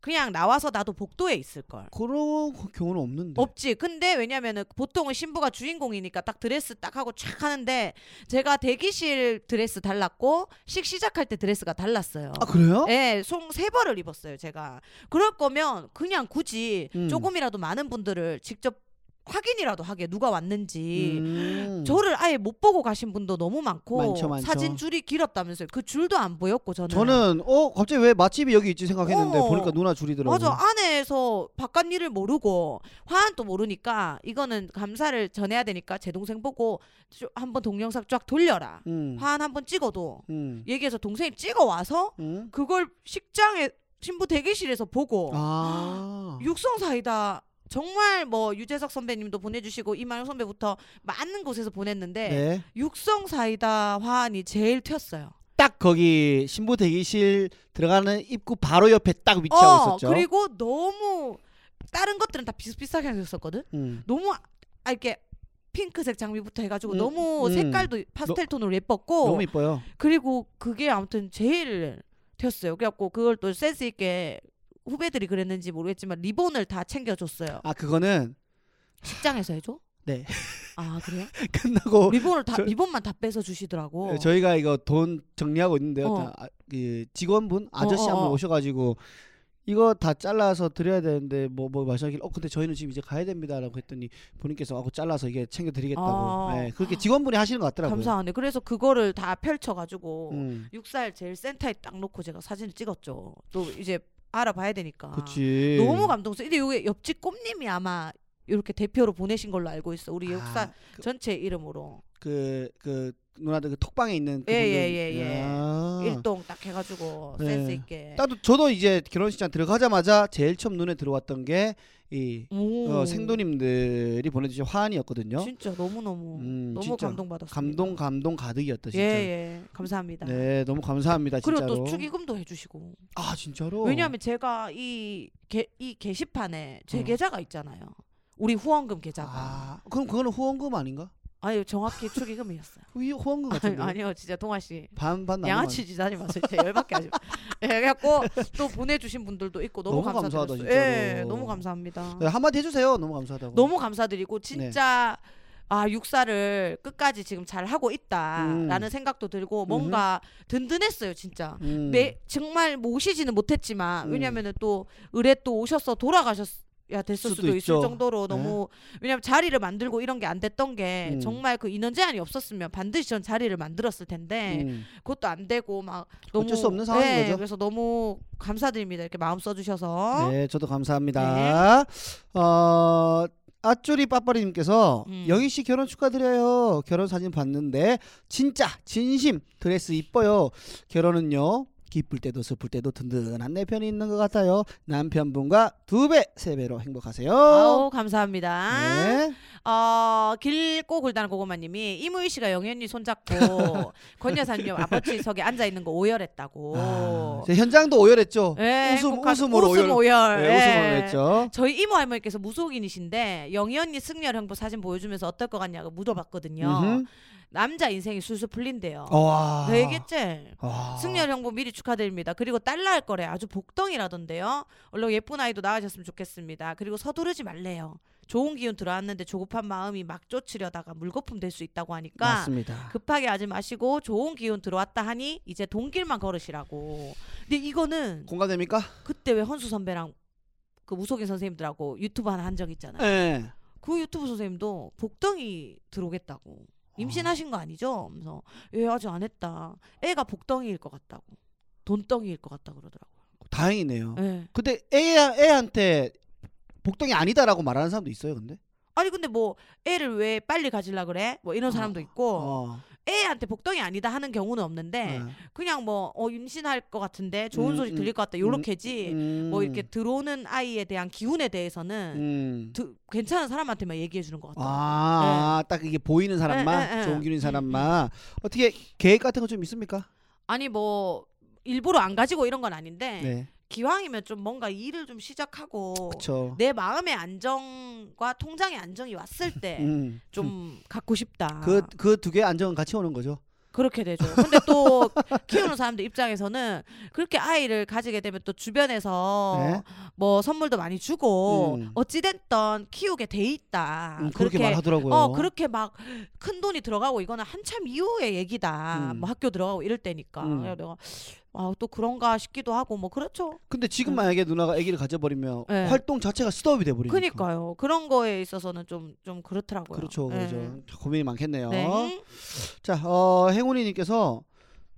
B: 그냥 나와서 나도 복도에 있을 걸.
A: 그런 경우는 없는데.
B: 없지. 근데 왜냐면은 보통은 신부가 주인공이니까 딱 드레스 딱 하고 촥 하는데 제가 대기실 드레스 달랐고 식 시작할 때 드레스가 달랐어요.
A: 아 그래요?
B: 예, 송세 벌을 입었어요, 제가. 그럴 거면 그냥 굳이
A: 음.
B: 조금이라도 많은 분들을 직접 확인이라도 하게 누가 왔는지
A: 음.
B: 네. 저를 아예 못 보고 가신 분도 너무 많고
A: 많죠, 많죠.
B: 사진 줄이 길었다면서요. 그 줄도 안 보였고 저는.
A: 저는 어 갑자기 왜 맛집이 여기 있지 생각했는데
B: 어.
A: 보니까 누나 줄이더라고요.
B: 맞아 안에서 바깥 일을 모르고 화환도 모르니까 이거는 감사를 전해야 되니까 제 동생 보고 쭉 한번 동영상 쫙 돌려라.
A: 음.
B: 화환 한번 찍어도
A: 음.
B: 얘기해서 동생이 찍어 와서
A: 음.
B: 그걸 식장에 신부 대기실에서 보고
A: 아.
B: 육성 사이다. 정말 뭐 유재석 선배님도 보내주시고 이만용 선배부터 많은 곳에서 보냈는데
A: 네.
B: 육성 사이다 화환이 제일 튀었어요.
A: 딱 거기 신부 대기실 들어가는 입구 바로 옆에 딱 위치하고
B: 어,
A: 있었죠.
B: 그리고 너무 다른 것들은 다 비슷비슷하게 생겼었거든.
A: 음.
B: 너무 아- 아, 이렇게 핑크색 장미부터 해가지고
A: 음,
B: 너무
A: 음.
B: 색깔도 파스텔 톤으로 예뻤고
A: 너무 이뻐요.
B: 그리고 그게 아무튼 제일 튀었어요. 그래갖고 그걸 또 센스 있게 후배들이 그랬는지 모르겠지만 리본을 다 챙겨줬어요.
A: 아 그거는
B: 식장에서 해줘?
A: 네.
B: 아 그래요?
A: 끝나고
B: 리본을 다
A: 저- 네,
B: 리본만 다 뺏어 주시더라고.
A: 저희가 이거 돈 정리하고 있는데
B: 어.
A: 어. 아, 그 직원분 아저씨
B: 어, 어,
A: 한 분
B: 어.
A: 오셔가지고 이거 다 잘라서 드려야 되는데 뭐 뭐 말씀하길 어 근데 저희는 지금 이제 가야 됩니다라고 했더니 본인께서 아고 잘라서 이게 챙겨드리겠다고
B: 아.
A: 네, 그렇게 직원분이 하시는 것 같더라고요.
B: 감사하네. 그래서 그거를 다 펼쳐가지고
A: 음,
B: 육살 제일 센터에 딱 놓고 제가 사진을 찍었죠. 또 이제 알아봐야 되니까.
A: 그치.
B: 너무 감동스러워. 근데 요게 옆집 꿈님이 아마 이렇게 대표로 보내신 걸로 알고 있어. 우리 육사
A: 아, 그-
B: 전체 이름으로
A: 그, 그 누나들 그 톡방에 있는
B: 예,
A: 그분들.
B: 예, 예, 예.
A: 아.
B: 일동 딱 해가지고
A: 네.
B: 센스 있게.
A: 나도 저도 이제 결혼식장 들어가자마자 제일 처음 눈에 들어왔던 게이
B: 오.
A: 어, 생도님들이 보내주신 화환이었거든요.
B: 진짜 너무 너무
A: 음,
B: 너무
A: 진짜
B: 감동받았어요.
A: 감동 감동 가득이었다 진짜.
B: 예예 감사합니다.
A: 네 너무 감사합니다
B: 그리고
A: 진짜로.
B: 또 축의금도 해주시고
A: 아 진짜로.
B: 왜냐하면 제가 이, 게, 이 게시판에 제 계좌가 있잖아요. 우리 후원금 계좌가
A: 어. 아 그럼 그거는 후원금 아닌가?
B: 아. 니 정확히 축의금이었어요.
A: 이 후원금 같은데.
B: 아니, 요 진짜 동아 씨
A: 반반 나눠. 뭐.
B: 양아치 지다니 마세요. 진짜 열받게 하지 마. 예, 그래갖고 또 보내주신 분들도 있고 너무,
A: 너무 감사하다,
B: 감사드렸어요.
A: 진짜로.
B: 예, 너무 감사합니다.
A: 네, 한마디 해주세요. 너무 감사하다고.
B: 너무 감사드리고 진짜
A: 네.
B: 아 육사를 끝까지 지금 잘 하고 있다라는
A: 음.
B: 생각도 들고 뭔가 든든했어요 진짜.
A: 음.
B: 매, 정말 모시지는 못했지만
A: 음.
B: 왜냐면은 또 의뢰 또 오셔서 돌아가셨야 됐을
A: 수도
B: 수도 있을
A: 있죠. 네.
B: 정도로 너무 왜냐면 자리를 만들고 이런 게 안 됐던 게
A: 음.
B: 정말 그 인원 제한이 없었으면 반드시 전 자리를 만들었을 텐데
A: 음.
B: 그것도 안 되고 막 너무
A: 어쩔 수 없는 상황인
B: 네,
A: 거죠.
B: 그래서 너무 감사드립니다. 이렇게 마음 써주셔서
A: 네, 저도 감사합니다. 어, 아쭈리 빠빠리님께서
B: 네. 음.
A: 영희 씨 결혼 축하드려요. 결혼 사진 봤는데 진짜 진심 드레스 이뻐요. 결혼은요. 기쁠 때도 슬플 때도 든든한 내 편이 있는 것 같아요. 남편분과 두 배, 세 배로 행복하세요.
B: 아우 감사합니다.
A: 네.
B: 어 길고 굴다는 고구마님이 이무희 씨가 영현이 손잡고 권 여사님 아버지 석에 앉아 있는 거
A: 아,
B: 오열했다고.
A: 제 현장도 오열했죠.
B: 예,
A: 웃음,
B: 행복한-
A: 웃음으로
B: 웃음
A: 오열.
B: 오열.
A: 네,
B: 예.
A: 웃음으로 했죠.
B: 저희 이모 할머니께서 무속인이신데 영희 언니 승려 형부 사진 보여주면서 어떨 것 같냐고 물어봤거든요.
A: 음흠. 어, 아.
B: 남자 인생이 술술 풀린대요.
A: 와.
B: 네 얘기했지.
A: 와.
B: 승열 형부 미리 축하드립니다. 그리고 딸 낳을 거래 아주 복덩이라던데요. 얼른 예쁜 아이도 낳으셨으면 좋겠습니다. 그리고 서두르지 말래요. 좋은 기운 들어왔는데 조급한 마음이 막 쫓으려다가 물거품 될 수 있다고 하니까
A: 맞습니다.
B: 급하게 하지 마시고 좋은 기운 들어왔다 하니 이제 동길만 걸으시라고. 근데 이거는
A: 공감됩니까?
B: 그때 왜 헌수 선배랑 그 무속인 선생님들하고 유튜브 하나 한 적 있잖아요.
A: 예.
B: 그 유튜브 선생님도 복덩이 들어오겠다고 임신하신 거 아니죠? 그래서 예 아직 안 했다. 애가 복덩이일 것 같다고 돈덩이일 것 같다 그러더라고요.
A: 다행이네요.
B: 예.
A: 근데 애 애한테 복덩이 아니다라고 말하는 사람도 있어요, 근데.
B: 아니 근데 뭐 애를 왜 빨리 가질라 그래? 뭐 이런 사람도 있고
A: 어. 네.
B: 애한테 복덩이 아니다 하는 경우는 없는데 그냥 뭐 어, 임신할 것 같은데 좋은
A: 음,
B: 소식
A: 음,
B: 들릴 것 같다
A: 음, 예.
B: 요렇게지
A: 음.
B: 뭐 이렇게 들어오는 아이에 대한 기운에 대해서는
A: 음.
B: 드- 괜찮은 사람한테만 얘기해 주는 것 같아요.
A: 아,
B: 네.
A: 딱 이게 보이는 사람만,
B: 예, 예, 예.
A: 좋은 기운인 사람만. 어떻게 계획 같은 거 좀 있습니까?
B: 아니 뭐 일부러 안 가지고 이런 건 아닌데
A: 네.
B: 기왕이면 좀 뭔가 일을 좀 시작하고
A: 그렇죠.
B: 내 마음의 안정과 통장의 안정이 왔을 때
A: 음.
B: 네. 좀 아. 갖고 싶다.
A: 그 그 두 개 안정은 같이 오는 거죠.
B: 그렇게 되죠. 근데 또 키우는 사람들 입장에서는 그렇게 아이를 가지게 되면 또 주변에서
A: 네.
B: 뭐 선물도 많이 주고
A: 음.
B: 어찌됐던 키우게 돼 있다.
A: 음, 그렇게, 말하더라고요.
B: 아, 어 그렇게 막 큰 돈이 들어가고 이거는 한참 이후의 얘기다.
A: 음.
B: 뭐 학교 들어가고 이럴 때니까.
A: 음.
B: 그래서 내가 아또 그런가 싶기도 하고 뭐 그렇죠.
A: 근데 지금
B: 음.
A: 만약에 누나가 아기를 가져버리면
B: 네.
A: 활동 자체가 스톱이 돼버리니까.
B: 그니까요. 그런 거에 있어서는 좀 좀 그렇더라고요.
A: 그렇죠,
B: 예.
A: 그렇죠. 고민이 많겠네요.
B: 네.
A: 자, 어, 행운이님께서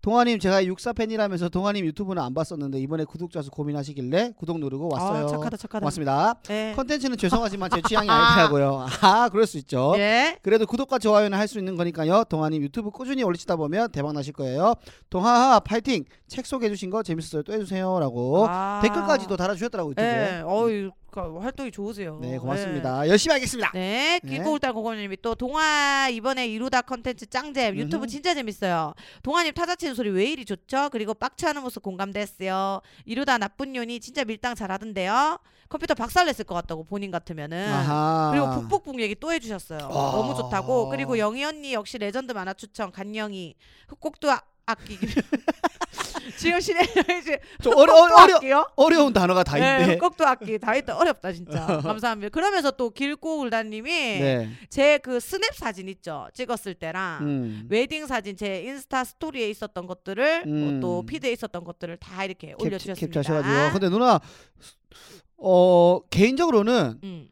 A: 동아님 제가 육사 팬이라면서 동아님 유튜브는 안 봤었는데 이번에 구독자 수 고민하시길래 구독 누르고 왔어요.
B: 아, 착하다 착하다.
A: 고맙습니다.
B: 예.
A: 컨텐츠는 죄송하지만 제 취향이 아니더라고요. 아, 그럴 수 있죠.
B: 예.
A: 그래도 구독과 좋아요는 할 수 있는 거니까요. 동아님 유튜브 꾸준히 올리시다 보면 대박 나실 거예요. 동하하 파이팅. 책 소개해 주신 거 재밌었어요. 또 해주세요라고
B: 아.
A: 댓글까지도 달아주셨더라고요. 유튜브에.
B: 예. 어유 활동이 좋으세요.
A: 네,
B: 예.
A: 고맙습니다. 열심히 하겠습니다.
B: 네,
A: 네.
B: 귀고울달 고고님이 또 동아 이번에 이루다 컨텐츠 짱잼 유튜브
A: 음흠.
B: 진짜 재밌어요. 동아님 타자 치는 소리 왜 이리 좋죠? 그리고 빡치하는 모습 공감됐어요. 이루다 나쁜 년이 진짜 밀당 잘하던데요. 컴퓨터 박살냈을 것 같다고 본인 같으면은.
A: 아하.
B: 네. 그리고 북북북 얘기 또 해주셨어요.
A: 아.
B: 너무 좋다고. 그리고 영희 언니 역시 레전드 만화 추천 간영이 흑곡도 아, 아끼기. 지금 신혜 이제
A: 좀 어려, 어려, 어려,
B: 아끼요?
A: 어려운 단어가 다
B: 네,
A: 있네.
B: 흑곡도 아끼 다 있다 어렵다 진짜. 감사합니다. 그러면서 또 길고울다님이
A: 네.
B: 제 그 스냅 사진 있죠 찍었을 때랑
A: 음.
B: 웨딩 사진 제 인스타 스토리에 있었던 것들을
A: 음.
B: 어, 또 피드에 있었던 것들을 다 이렇게
A: 캡처,
B: 올려주셨습니다.
A: 캡처하셔가지고. 근데 누나 어 개인적으로는
B: 음.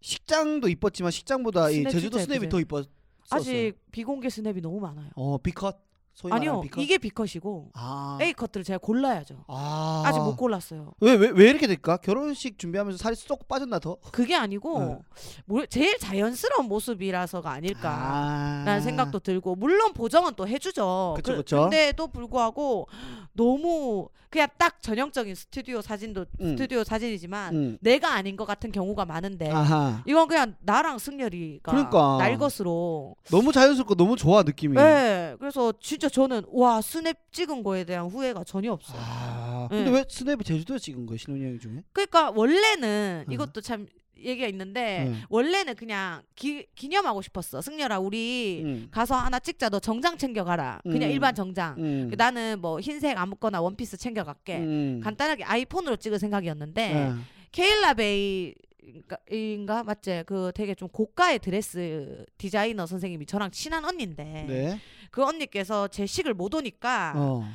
A: 식장도 이뻤지만 식장보다 이
B: 스냅
A: 제주도
B: 진짜
A: 스냅이
B: 예쁘지.
A: 더 이뻤.
B: 아직 비공개 스냅이 너무 많아요.
A: 어 비컷 소위
B: 아니요
A: 말하는 비컷.
B: 이게 B컷이고
A: 아.
B: A 컷들을 제가 골라야죠.
A: 아.
B: 아직 못 골랐어요.
A: 왜왜 왜 이렇게 될까? 결혼식 준비하면서 살이 쏙 빠졌나 더?
B: 그게
A: 네.
B: 아니고 뭘- 제일 자연스러운 모습이라서가 아닐까.
A: 아.
B: 라는 그러니까. 생각도 들고 물론 보정은 또 해주죠.
A: 그쵸,
B: 그-
A: 그쵸.
B: 근데도 불구하고 너무 그냥 딱 전형적인 스튜디오 사진도
A: 음.
B: 스튜디오 사진이지만
A: 음.
B: 내가 아닌 것 같은 경우가 많은데
A: 아하.
B: 이건 그냥 나랑 승열이가
A: 그러니까. 음.
B: 날 것으로.
A: 너무 자연스럽고 너무 좋아 느낌이.
B: 네. 그래서 진짜 저는 와 스냅 찍은 거에 대한 후회가 전혀 없어요.
A: 아. 근데
B: 네.
A: 왜 스냅이 제주도에 찍은 거야 신혼여행 중에?
B: 그러니까 원래는
A: 음.
B: 이것도 참 얘기가 있는데
A: 음.
B: 원래는 그냥 기, 기념하고 싶었어. 승열아 우리
A: 음.
B: 가서 하나 찍자. 너 정장 챙겨가라. 그냥
A: 음.
B: 일반 정장.
A: 음.
B: 나는 뭐 흰색 아무거나 원피스 챙겨갈게.
A: 음.
B: 간단하게 아이폰으로 찍을 생각이었는데
A: 네.
B: 케일라 베이 그러니까 인가 맞지 그 되게 좀 고가의 드레스 디자이너 선생님이 저랑 친한 언니인데
A: 네.
B: 그 언니께서 제 식을 못 오니까
A: 어.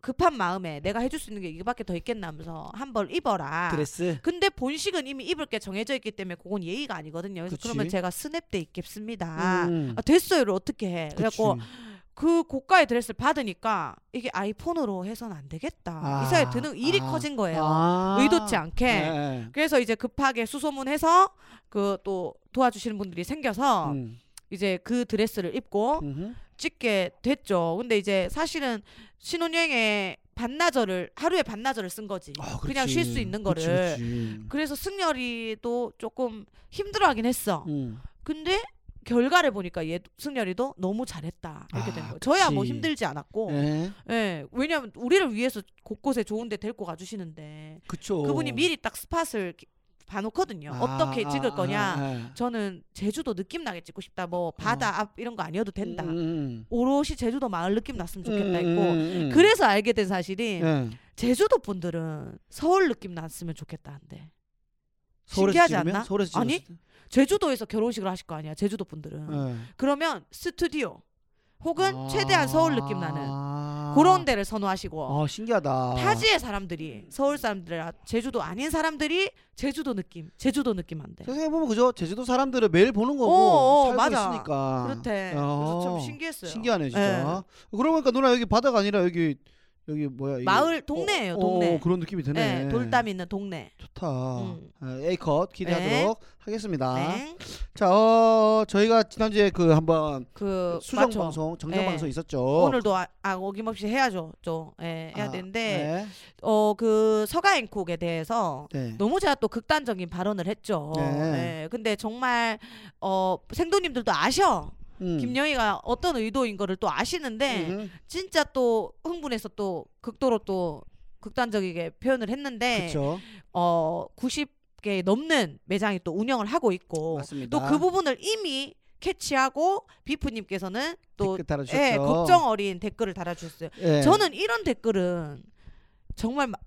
B: 급한 마음에 내가 해줄 수 있는 게 이거밖에 더 있겠나 하면서 한 벌 입어라
A: 드레스.
B: 근데 본식은 이미 입을 게 정해져 있기 때문에 그건 예의가 아니거든요 그래서 그
A: 그치.
B: 러면 제가 스냅돼 입겠습니다
A: 음.
B: 아, 됐어요를 어떻게 해 그래갖고
A: 그치.
B: 그 고가의 드레스를 받으니까 이게 아이폰으로 해선 안 되겠다.
A: 아,
B: 이 생각이 드는 일이
A: 아,
B: 커진 거예요.
A: 아.
B: 어, 의도치 않게.
A: 네.
B: 그래서 이제 급하게 수소문해서 그 또 도와주시는 분들이 생겨서
A: 음.
B: 이제 그 드레스를 입고
A: 음흠.
B: 찍게 됐죠. 근데 이제 사실은 신혼여행에 반나절을 하루에 반나절을 쓴 거지.
A: 아,
B: 어, 그냥
A: 그렇지.
B: 쉴 수 있는 거를.
A: 그렇지, 그렇지.
B: 그래서 승열이도 조금 힘들어하긴 했어.
A: 음.
B: 근데 결과를 보니까 얘 승열이도 너무 잘했다 이렇게
A: 아,
B: 된 거예요. 저야 뭐
A: 그치.
B: 힘들지 않았고
A: 예.
B: 예, 왜냐면 우리를 위해서 곳곳에 좋은데 데리고 가주시는데
A: 그쵸.
B: 그분이 미리 딱 스팟을 이렇게 봐놓거든요.
A: 어. 아,
B: 어떻게
A: 아,
B: 찍을
A: 아,
B: 거냐.
A: 아.
B: 저는 제주도 느낌 나게 찍고 싶다. 뭐 바다 앞 이런 거 아니어도 된다.
A: 음,
B: 오롯이 제주도 마을 느낌 났으면 좋겠다
A: 음,
B: 했고.
A: 음, 음, 음.
B: 그래서 알게 된 사실이
A: 예.
B: 제주도 분들은 서울 느낌 났으면 좋겠다 한데
A: 서울에서
B: 신기하지
A: 찍으면?
B: 않나?
A: 서울에서
B: 아니? 음.
A: 찍었을 때?
B: 제주도에서 결혼식을 하실 거 아니야 제주도 분들은
A: 예.
B: 그러면 스튜디오 혹은
A: 아.
B: 최대한 서울 느낌 나는 그런 데를 선호하시고
A: 아 신기하다.
B: 타지의 사람들이 서울 사람들 제주도 아닌 사람들이 제주도 느낌 제주도 느낌 한대
A: 세상에 보면 그죠? 제주도 사람들을 매일 보는 거고
B: 어, 어,
A: 살고
B: 맞아.
A: 있으니까.
B: 그렇대 그래서
A: 어,
B: 참 신기했어요 예.
A: 신기하네 진짜. 그러고 보니까 누나 여기 바다가 아니라 여기 여기 뭐야? 이게-
B: 마을, 동네예요,
A: 어,
B: 동네.
A: 어, 그런 느낌이 드네.
B: 네, 돌담 있는 동네
A: 좋다.
B: 음.
A: 아, A컷 기대하도록 하겠습니다.
B: 네.
A: 자, 어, 저희가 지난주에 그 한번
B: 그
A: 수정
B: 맞죠.
A: 방송, 정정
B: 네.
A: 방송 있었죠.
B: 오늘도 아, 아, 어김없이 해야죠 좀 예, 해야
A: 아,
B: 되는데 어 그 서가행콕에 대해서
A: 네. 네.
B: 너무 제가 또 극단적인 발언을 했죠.
A: 네.
B: 예, 근데 정말 어 생도님들도 아셔.
A: 음.
B: 김영희가 어떤 의도인 거를 또 아시는데
A: 음.
B: 진짜 또 흥분해서 또 극도로 또 극단적이게 표현을 했는데
A: 그렇죠.
B: 어 90개 넘는 매장이 또 운영을 하고 있고
A: 맞습니다.
B: 또 그 부분을 이미 캐치하고 비프님께서는 또
A: 댓글 달아주셨죠.
B: 예, 걱정 어린 댓글을 달아주셨어요.
A: 예.
B: 저는 이런 댓글은 정말 마-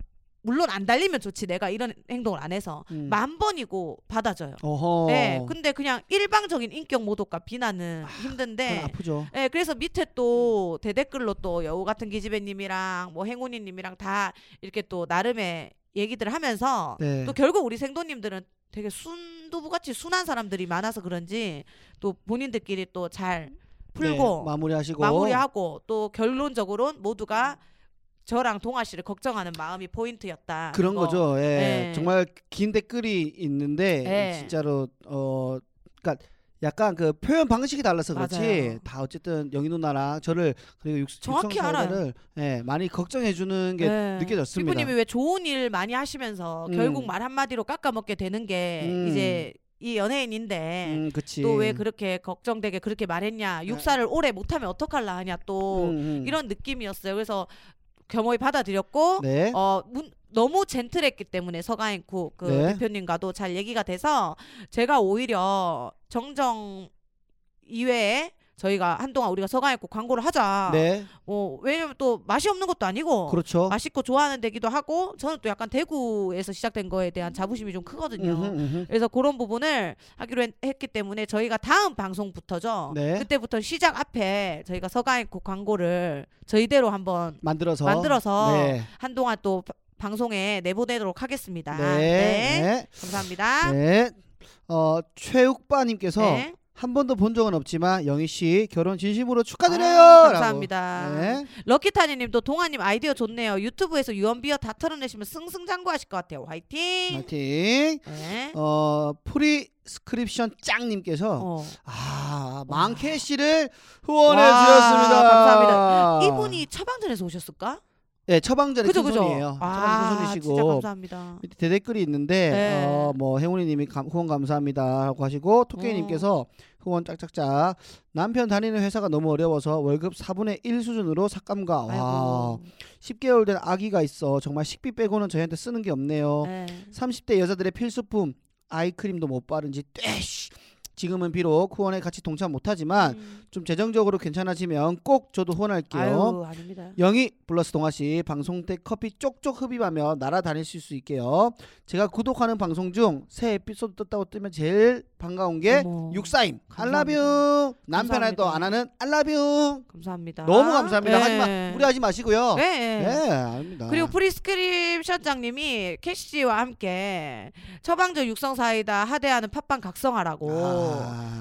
B: 물론 안 달리면 좋지 내가 이런 행동을 안 해서
A: 음.
B: 만 번이고 받아줘요.
A: 어허.
B: 예, 근데 그냥 일방적인 인격 모독과 비난은 힘든데
A: 아, 그건 아프죠.
B: 예, 그래서 밑에 또 대댓글로 또 여우 같은 기지배님이랑 뭐 행운이님이랑 다 이렇게 또 나름의 얘기들 을 하면서
A: 네.
B: 또 결국 우리 생도님들은 되게 순두부같이 순한 사람들이 많아서 그런지 또 본인들끼리 또 잘 풀고
A: 네, 마무리하시고
B: 마무리하고 또 결론적으로는 모두가 저랑 동아 씨를 걱정하는 마음이 포인트였다.
A: 그런
B: 이거.
A: 거죠. 예.
B: 네.
A: 정말 긴 댓글이 있는데
B: 네.
A: 진짜로 어 그러니까 약간 그 표현 방식이 달라서 그렇지
B: 맞아요.
A: 다 어쨌든 영희 누나랑 저를 그리고 육수
B: 정확히 알아요.
A: 육성사회를, 예, 많이 걱정해 주는 게
B: 네.
A: 느껴졌습니다.
B: 피부님이 왜 좋은 일 많이 하시면서
A: 음.
B: 결국 말 한마디로 깎아먹게 되는 게
A: 음.
B: 이제 이 연예인인데
A: 음, 그치. 네.
B: 또 왜 그렇게 걱정되게 그렇게 말했냐 육사를 오래 못하면 어떡할라 하냐 또
A: 음, 음.
B: 이런 느낌이었어요. 그래서 겸허히 받아들였고
A: 네.
B: 어 문- 너무 젠틀했기 때문에 서가인쿠 그
A: 네.
B: 대표님과도 잘 얘기가 돼서 제가 오히려 정정 이외에 저희가 한동안 우리가 서가인쿠 광고를 하자.
A: 네.
B: 어 왜냐면 또 맛이 없는 것도 아니고
A: 그렇죠.
B: 맛있고 좋아하는 데기도 하고 저는 또 약간 대구에서 시작된 거에 대한 자부심이 좀 크거든요.
A: 음흠, 음흠.
B: 그래서 그런 부분을 하기로 했, 했기 때문에 저희가 다음 방송부터죠.
A: 네.
B: 어, 그때부터 시작 앞에 저희가 서가인국 광고를 저희대로 한번
A: 만들어서
B: 만들어서
A: 네.
B: 한동안 또 바- 방송에 내보내도록 하겠습니다.
A: 네. 네.
B: 감사합니다.
A: 네. 어, 최욱바님께서
B: 아. 네.
A: 한 번도 본 적은 없지만 영희 씨 결혼 진심으로 축하드려요.
B: 아,
A: 라고.
B: 감사합니다.
A: 네.
B: 럭키타니님도 동아님 아이디어 좋네요. 유튜브에서 유언비어 다 털어내시면 승승장구하실 것 같아요. 화이팅.
A: 파이팅.
B: 네.
A: 어, 프리스크립션 짱님께서
B: 어.
A: 아 망캐 씨를 후원해
B: 와,
A: 주셨습니다.
B: 감사합니다. 이분이 처방전에서 오셨을까?
A: 아. 네 처방전의
B: 그죠 그죠.
A: 큰손이에요.
B: 아 진짜
A: 처방손이시고
B: 감사합니다.
A: 밑에 대댓글이 있는데
B: 네.
A: 어, 뭐 행운이님이 감- 후원 감사합니다라고 하시고
B: 어.
A: 토끼님께서 후원 짝짝짝 남편 다니는 회사가 너무 어려워서 월급 4분의 1 수준으로 삭감가. 와
B: 아이고.
A: 10개월 된 아기가 있어 정말 식비 빼고는 저희한테 쓰는 게 없네요.
B: 네.
A: 30대 여자들의 필수품 아이크림도 못 바른 지 떼쉬. 지금은 비록 후원에 같이 동참 못하지만
B: 음.
A: 좀 재정적으로 괜찮아지면 꼭 저도 후원할게요.
B: 아유 아닙니다.
A: 영희 플러스 동아 씨 방송 때 커피 쪽쪽 흡입하며 날아다니실 수 있게요. 제가 구독하는 방송 중 새 에피소드 떴다고 뜨면 제일 반가운 게
B: 어머,
A: 육사임
B: 감사합니다.
A: 알라뷰 남편한테도
B: 감사합니다.
A: 안 하는 알라뷰
B: 감사합니다.
A: 너무 감사합니다.
B: 네.
A: 하지만 무리하지 마시고요.
B: 네. 네.
A: 네, 아닙니다.
B: 그리고 프리스크립션장님이 캐시와 함께 처방전 육성 사이다 하대하는 팟빵 각성하라고.
A: 아.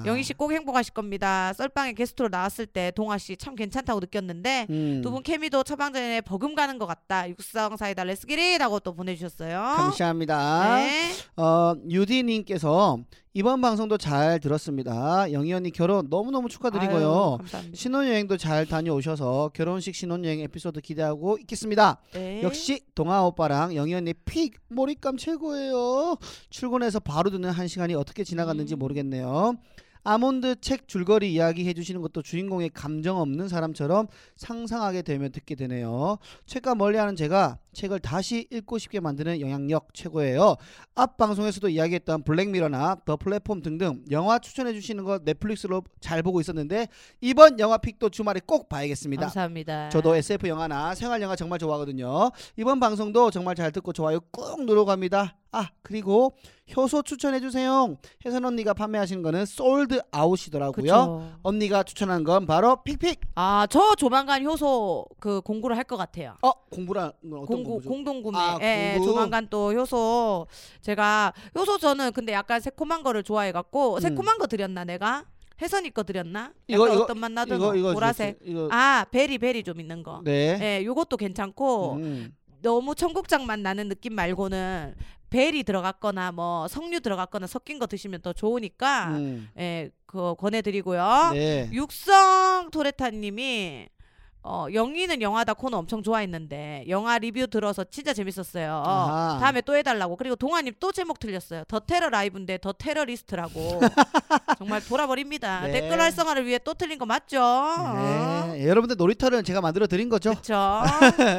B: 영희 씨 꼭 행복하실 겁니다. 썰빵에 게스트로 나왔을 때 동아 씨 참 괜찮다고 느꼈는데
A: 음.
B: 두 분 케미도 처방전에 버금가는 것 같다. 육성 사이다 레스기리라고 또 보내주셨어요.
A: 감사합니다.
B: 네.
A: 어, 유디님께서 이번 방송도 잘 들었습니다. 영희 언니 결혼 너무너무
B: 아유,
A: 축하드리고요.
B: 감사합니다.
A: 신혼여행도 잘 다녀오셔서 결혼식 신혼여행 에피소드 기대하고 있겠습니다.
B: 네.
A: 역시 동아 오빠랑 영희 언니 픽 몰입감 최고예요. 출근해서 바로 듣는 한 시간이 어떻게 지나갔는지
B: 음.
A: 모르겠네요. 아몬드 책 줄거리 이야기 해주시는 것도 주인공의 감정 없는 사람처럼 상상하게 되면 듣게 되네요. 책과 멀리하는 제가 책을 다시 읽고 싶게 만드는 영향력 최고예요. 앞 방송에서도 이야기했던 블랙미러나 더 플랫폼 등등 영화 추천해 주시는 거 넷플릭스로 잘 보고 있었는데 이번 영화 픽도 주말에 꼭 봐야겠습니다.
B: 감사합니다.
A: 저도 SF 영화나 생활 영화 정말 좋아하거든요. 이번 방송도 정말 잘 듣고 좋아요 꾹 누르갑니다. 아 그리고 효소 추천해 주세요. 혜선 언니가 판매하시는 거는 솔드 아웃이더라고요.
B: 그쵸.
A: 언니가 추천한 건 바로 픽픽.
B: 아, 저 조만간 효소 그 공구를 할 것 같아요.
A: 어 공부라는 건 어떤
B: 공구
A: 공부죠?
B: 공동 구매.
A: 아,
B: 예, 예,
A: 공구.
B: 조만간 또 효소 제가 효소 저는 근데 약간 새콤한 거를 좋아해 갖고
A: 음.
B: 새콤한 거 드렸나 내가? 혜선이 거 드렸나?
A: 이거,
B: 이거
A: 이거,
B: 어떤 맛 나던
A: 이거 이거
B: 보라색.
A: 좋지. 이거
B: 아, 베리 베리 좀 있는 거.
A: 네.
B: 예, 요것도 괜찮고
A: 음.
B: 너무 청국장 맛 나는 느낌 말고는 베리 들어갔거나 뭐 석류 들어갔거나 섞인 거 드시면 더 좋으니까
A: 음.
B: 예, 그거 권해드리고요.
A: 네.
B: 육성 토레타님이 어, 영희는 영화다 코너 엄청 좋아했는데 영화 리뷰 들어서 진짜 재밌었어요. 어,
A: 아하.
B: 다음에 또 해달라고. 그리고 동아님 또 제목 틀렸어요. 더 테러 라이브인데 더 테러리스트라고. 정말 돌아버립니다.
A: 네.
B: 댓글 활성화를 위해 또 틀린 거 맞죠? 어.
A: 네. 여러분들 놀이터를 제가 만들어 드린 거죠.
B: 그렇죠.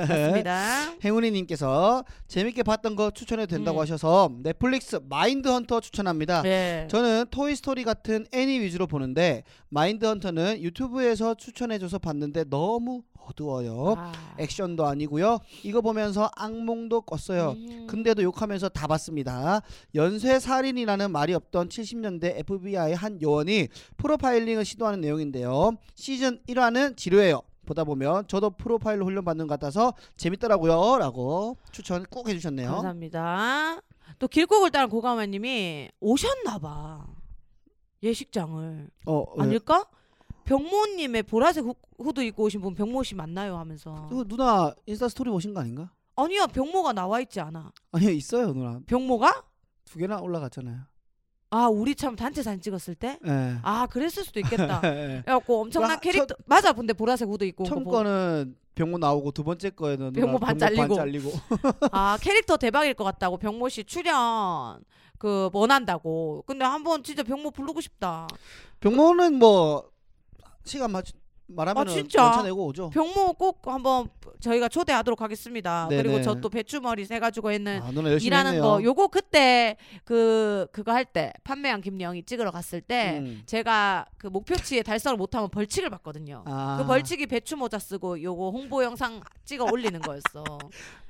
B: 맞습니다.
A: 행운이님께서 재밌게 봤던 거 추천해도 된다고
B: 음.
A: 하셔서 넷플릭스 마인드헌터 추천합니다.
B: 네.
A: 저는 토이스토리 같은 애니 위주로 보는데 마인드헌터는 유튜브에서 추천해줘서 봤는데 너무 어두워요.
B: 아.
A: 액션도 아니고요. 이거 보면서 악몽도 꿨어요.
B: 음.
A: 근데도 욕하면서 다 봤습니다. 연쇄 살인이라는 말이 없던 70년대 FBI 한 요원이 프로파일링을 시도하는 내용인데요. 시즌 1화는 지루해요. 보다 보면 저도 프로파일로 훈련받는 것 같아서 재밌더라고요라고 추천 꼭 해주셨네요.
B: 감사합니다. 또 길곡을 따른 고가마님이 오셨나봐 예식장을
A: 어, 예.
B: 아닐까? 병모님의 보라색 후, 후드 입고 오신 분 병모 씨 맞나요? 하면서
A: 그 누나 인스타 스토리 보신 거 아닌가?
B: 아니야 병모가 나와 있지 않아.
A: 아니요 있어요 누나
B: 병모가?
A: 두 개나 올라갔잖아요.
B: 아 우리 참 단체 사진 찍었을 때?
A: 예.
B: 아 그랬을 수도 있겠다.
A: 예.
B: 그래갖고 엄청난
A: 아,
B: 캐릭터 맞아 근데 보라색 후드 입고
A: 처음
B: 온거 뭐
A: 거는 병모 나오고 두 번째 거에는 누나
B: 병모 반 잘리고.
A: 병모 반 잘리고.
B: 아 캐릭터 대박일 것 같다고 병모 씨 출연 그 원한다고. 근데 한번 진짜 병모 부르고 싶다.
A: 병모는 뭐 시간 맞 말하면
B: 아,
A: 은
B: 진짜?
A: 연차내고 오죠.
B: 병모 꼭 한번 저희가 초대하도록 하겠습니다.
A: 네네.
B: 그리고 저 또 배추머리 세가지고 했는
A: 아, 누나 열심히
B: 일하는
A: 했네요.
B: 거 요거 그때 그 그거 할 때 판매왕 김영이 찍으러 갔을 때
A: 음.
B: 제가 그 목표치에 달성을 못하면 벌칙을 받거든요.
A: 아,
B: 그 벌칙이 배추 모자 쓰고 요거 홍보 영상 찍어 올리는 거였어.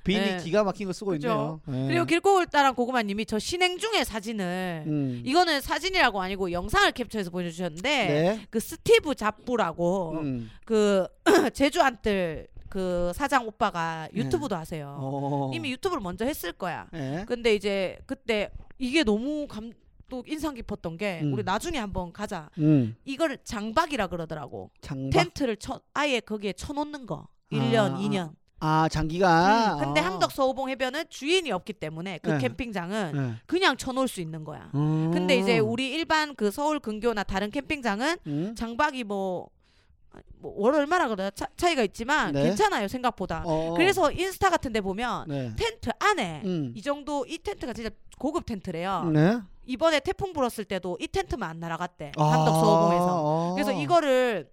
A: 빈이
B: 네.
A: 기가 막힌 거 쓰고
B: 그죠?
A: 있네요. 네.
B: 그리고 길고을 따란 고구마님이 저 신행 중의 사진을
A: 음.
B: 이거는 사진이라고 아니고 영상을 캡처해서 보내주셨는데
A: 네.
B: 그 스티브 잡부라고
A: 음.
B: 그 제주 안뜰 그 사장 오빠가
A: 네.
B: 유튜브도 하세요.
A: 어.
B: 이미 유튜브를 먼저 했을 거야.
A: 네.
B: 근데 이제 그때 이게 너무 감. 또 인상 깊었던 게
A: 음.
B: 우리 나중에 한번 가자.
A: 음.
B: 이걸 장박이라 그러더라고. 그
A: 장박.
B: 텐트를 쳐, 아예 거기에 쳐놓는 거.
A: 아.
B: 1년, 이 2년.
A: 아 장기간.
B: 음, 근데
A: 아.
B: 함덕 서호봉 해변은 주인이 없기 때문에 그
A: 네.
B: 캠핑장은
A: 네.
B: 그냥 쳐놓을 수 있는 거야.
A: 음.
B: 근데 이제 우리 일반 그 서울 근교나 다른 캠핑장은
A: 음.
B: 장박이 뭐, 뭐 월 얼마라 그러나 차, 차이가 있지만
A: 네.
B: 괜찮아요 생각보다.
A: 어.
B: 그래서 인스타 같은 데 보면
A: 네.
B: 텐트 안에
A: 음.
B: 이 정도 이 텐트가 진짜 고급 텐트래요.
A: 네.
B: 이번에 태풍 불었을 때도 이 텐트만 안 날아갔대.
A: 아.
B: 함덕 서호봉에서.
A: 아.
B: 그래서 이거를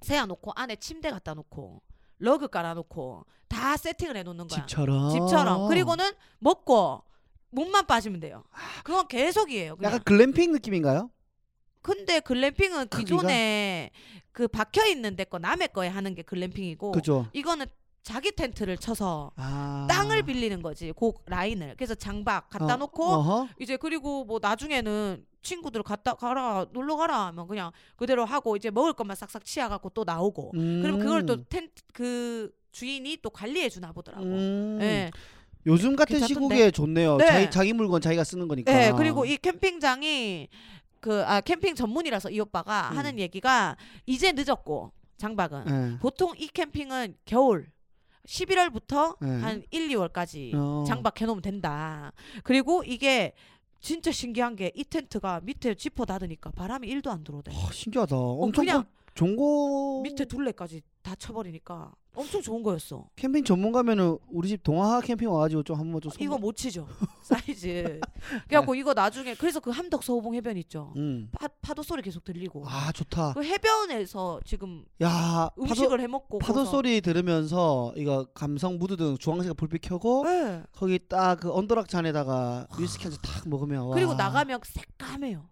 B: 세워놓고 안에 침대 갖다 놓고 러그 깔아놓고 다 세팅을 해놓는 거야.
A: 집처럼.
B: 집처럼. 그리고는 먹고 몸만 빠지면 돼요. 그건 계속이에요. 그냥.
A: 약간 글램핑 느낌인가요?
B: 근데 글램핑은
A: 크기가?
B: 기존에 그 박혀 있는 데 거 남의 거에 하는 게 글램핑이고
A: 그죠.
B: 이거는 자기 텐트를 쳐서
A: 아.
B: 땅을 빌리는 거지. 그 라인을. 그래서 장박 갖다
A: 어,
B: 놓고
A: 어허.
B: 이제 그리고 뭐 나중에는 친구들 갔다 가라 놀러 가라 하면 그냥 그대로 하고 이제 먹을 것만 싹싹 치아 갖고 또 나오고
A: 음.
B: 그러면 그걸 또 텐트 그 주인이 또 관리해 주나 보더라고.
A: 음.
B: 예.
A: 요즘 같은
B: 괜찮던데?
A: 시국에 좋네요.
B: 네.
A: 자기 자기 물건 자기가 쓰는 거니까.
B: 예. 그리고 이 캠핑장이 그 아 캠핑 전문이라서 이 오빠가
A: 음.
B: 하는 얘기가 이제 늦었고 장박은
A: 예.
B: 보통 이 캠핑은 겨울 11월부터
A: 네.
B: 한 1, 2월까지
A: 어.
B: 장박해 놓으면 된다. 그리고 이게 진짜 신기한 게 이 텐트가 밑에 지퍼 닫으니까 바람이 1도 안 들어오대.
A: 아, 신기하다. 엄청
B: 그냥
A: 큰- 종고
B: 밑에 둘레까지 다 쳐버리니까 엄청 좋은 거였어.
A: 캠핑 전문가면은 우리 집 동화 캠핑 와가지고 좀 한번 좀
B: 이거
A: 선물-
B: 못 치죠 사이즈. 그래갖고 이거 나중에 그래서 그 함덕서 호봉 해변 있죠.
A: 음.
B: 파, 파도 소리 계속 들리고
A: 아 좋다.
B: 그 해변에서 지금
A: 야
B: 그
A: 파도
B: 음식을 해 먹고
A: 파도 소리 들으면서 이거 감성 무드 등 주황색 불빛 켜고
B: 네.
A: 거기 딱 그 언더락 잔에다가 위스키 한 잔 탁 먹으면 와,
B: 아.
A: 아,
B: 그리고 나가면 새까매요.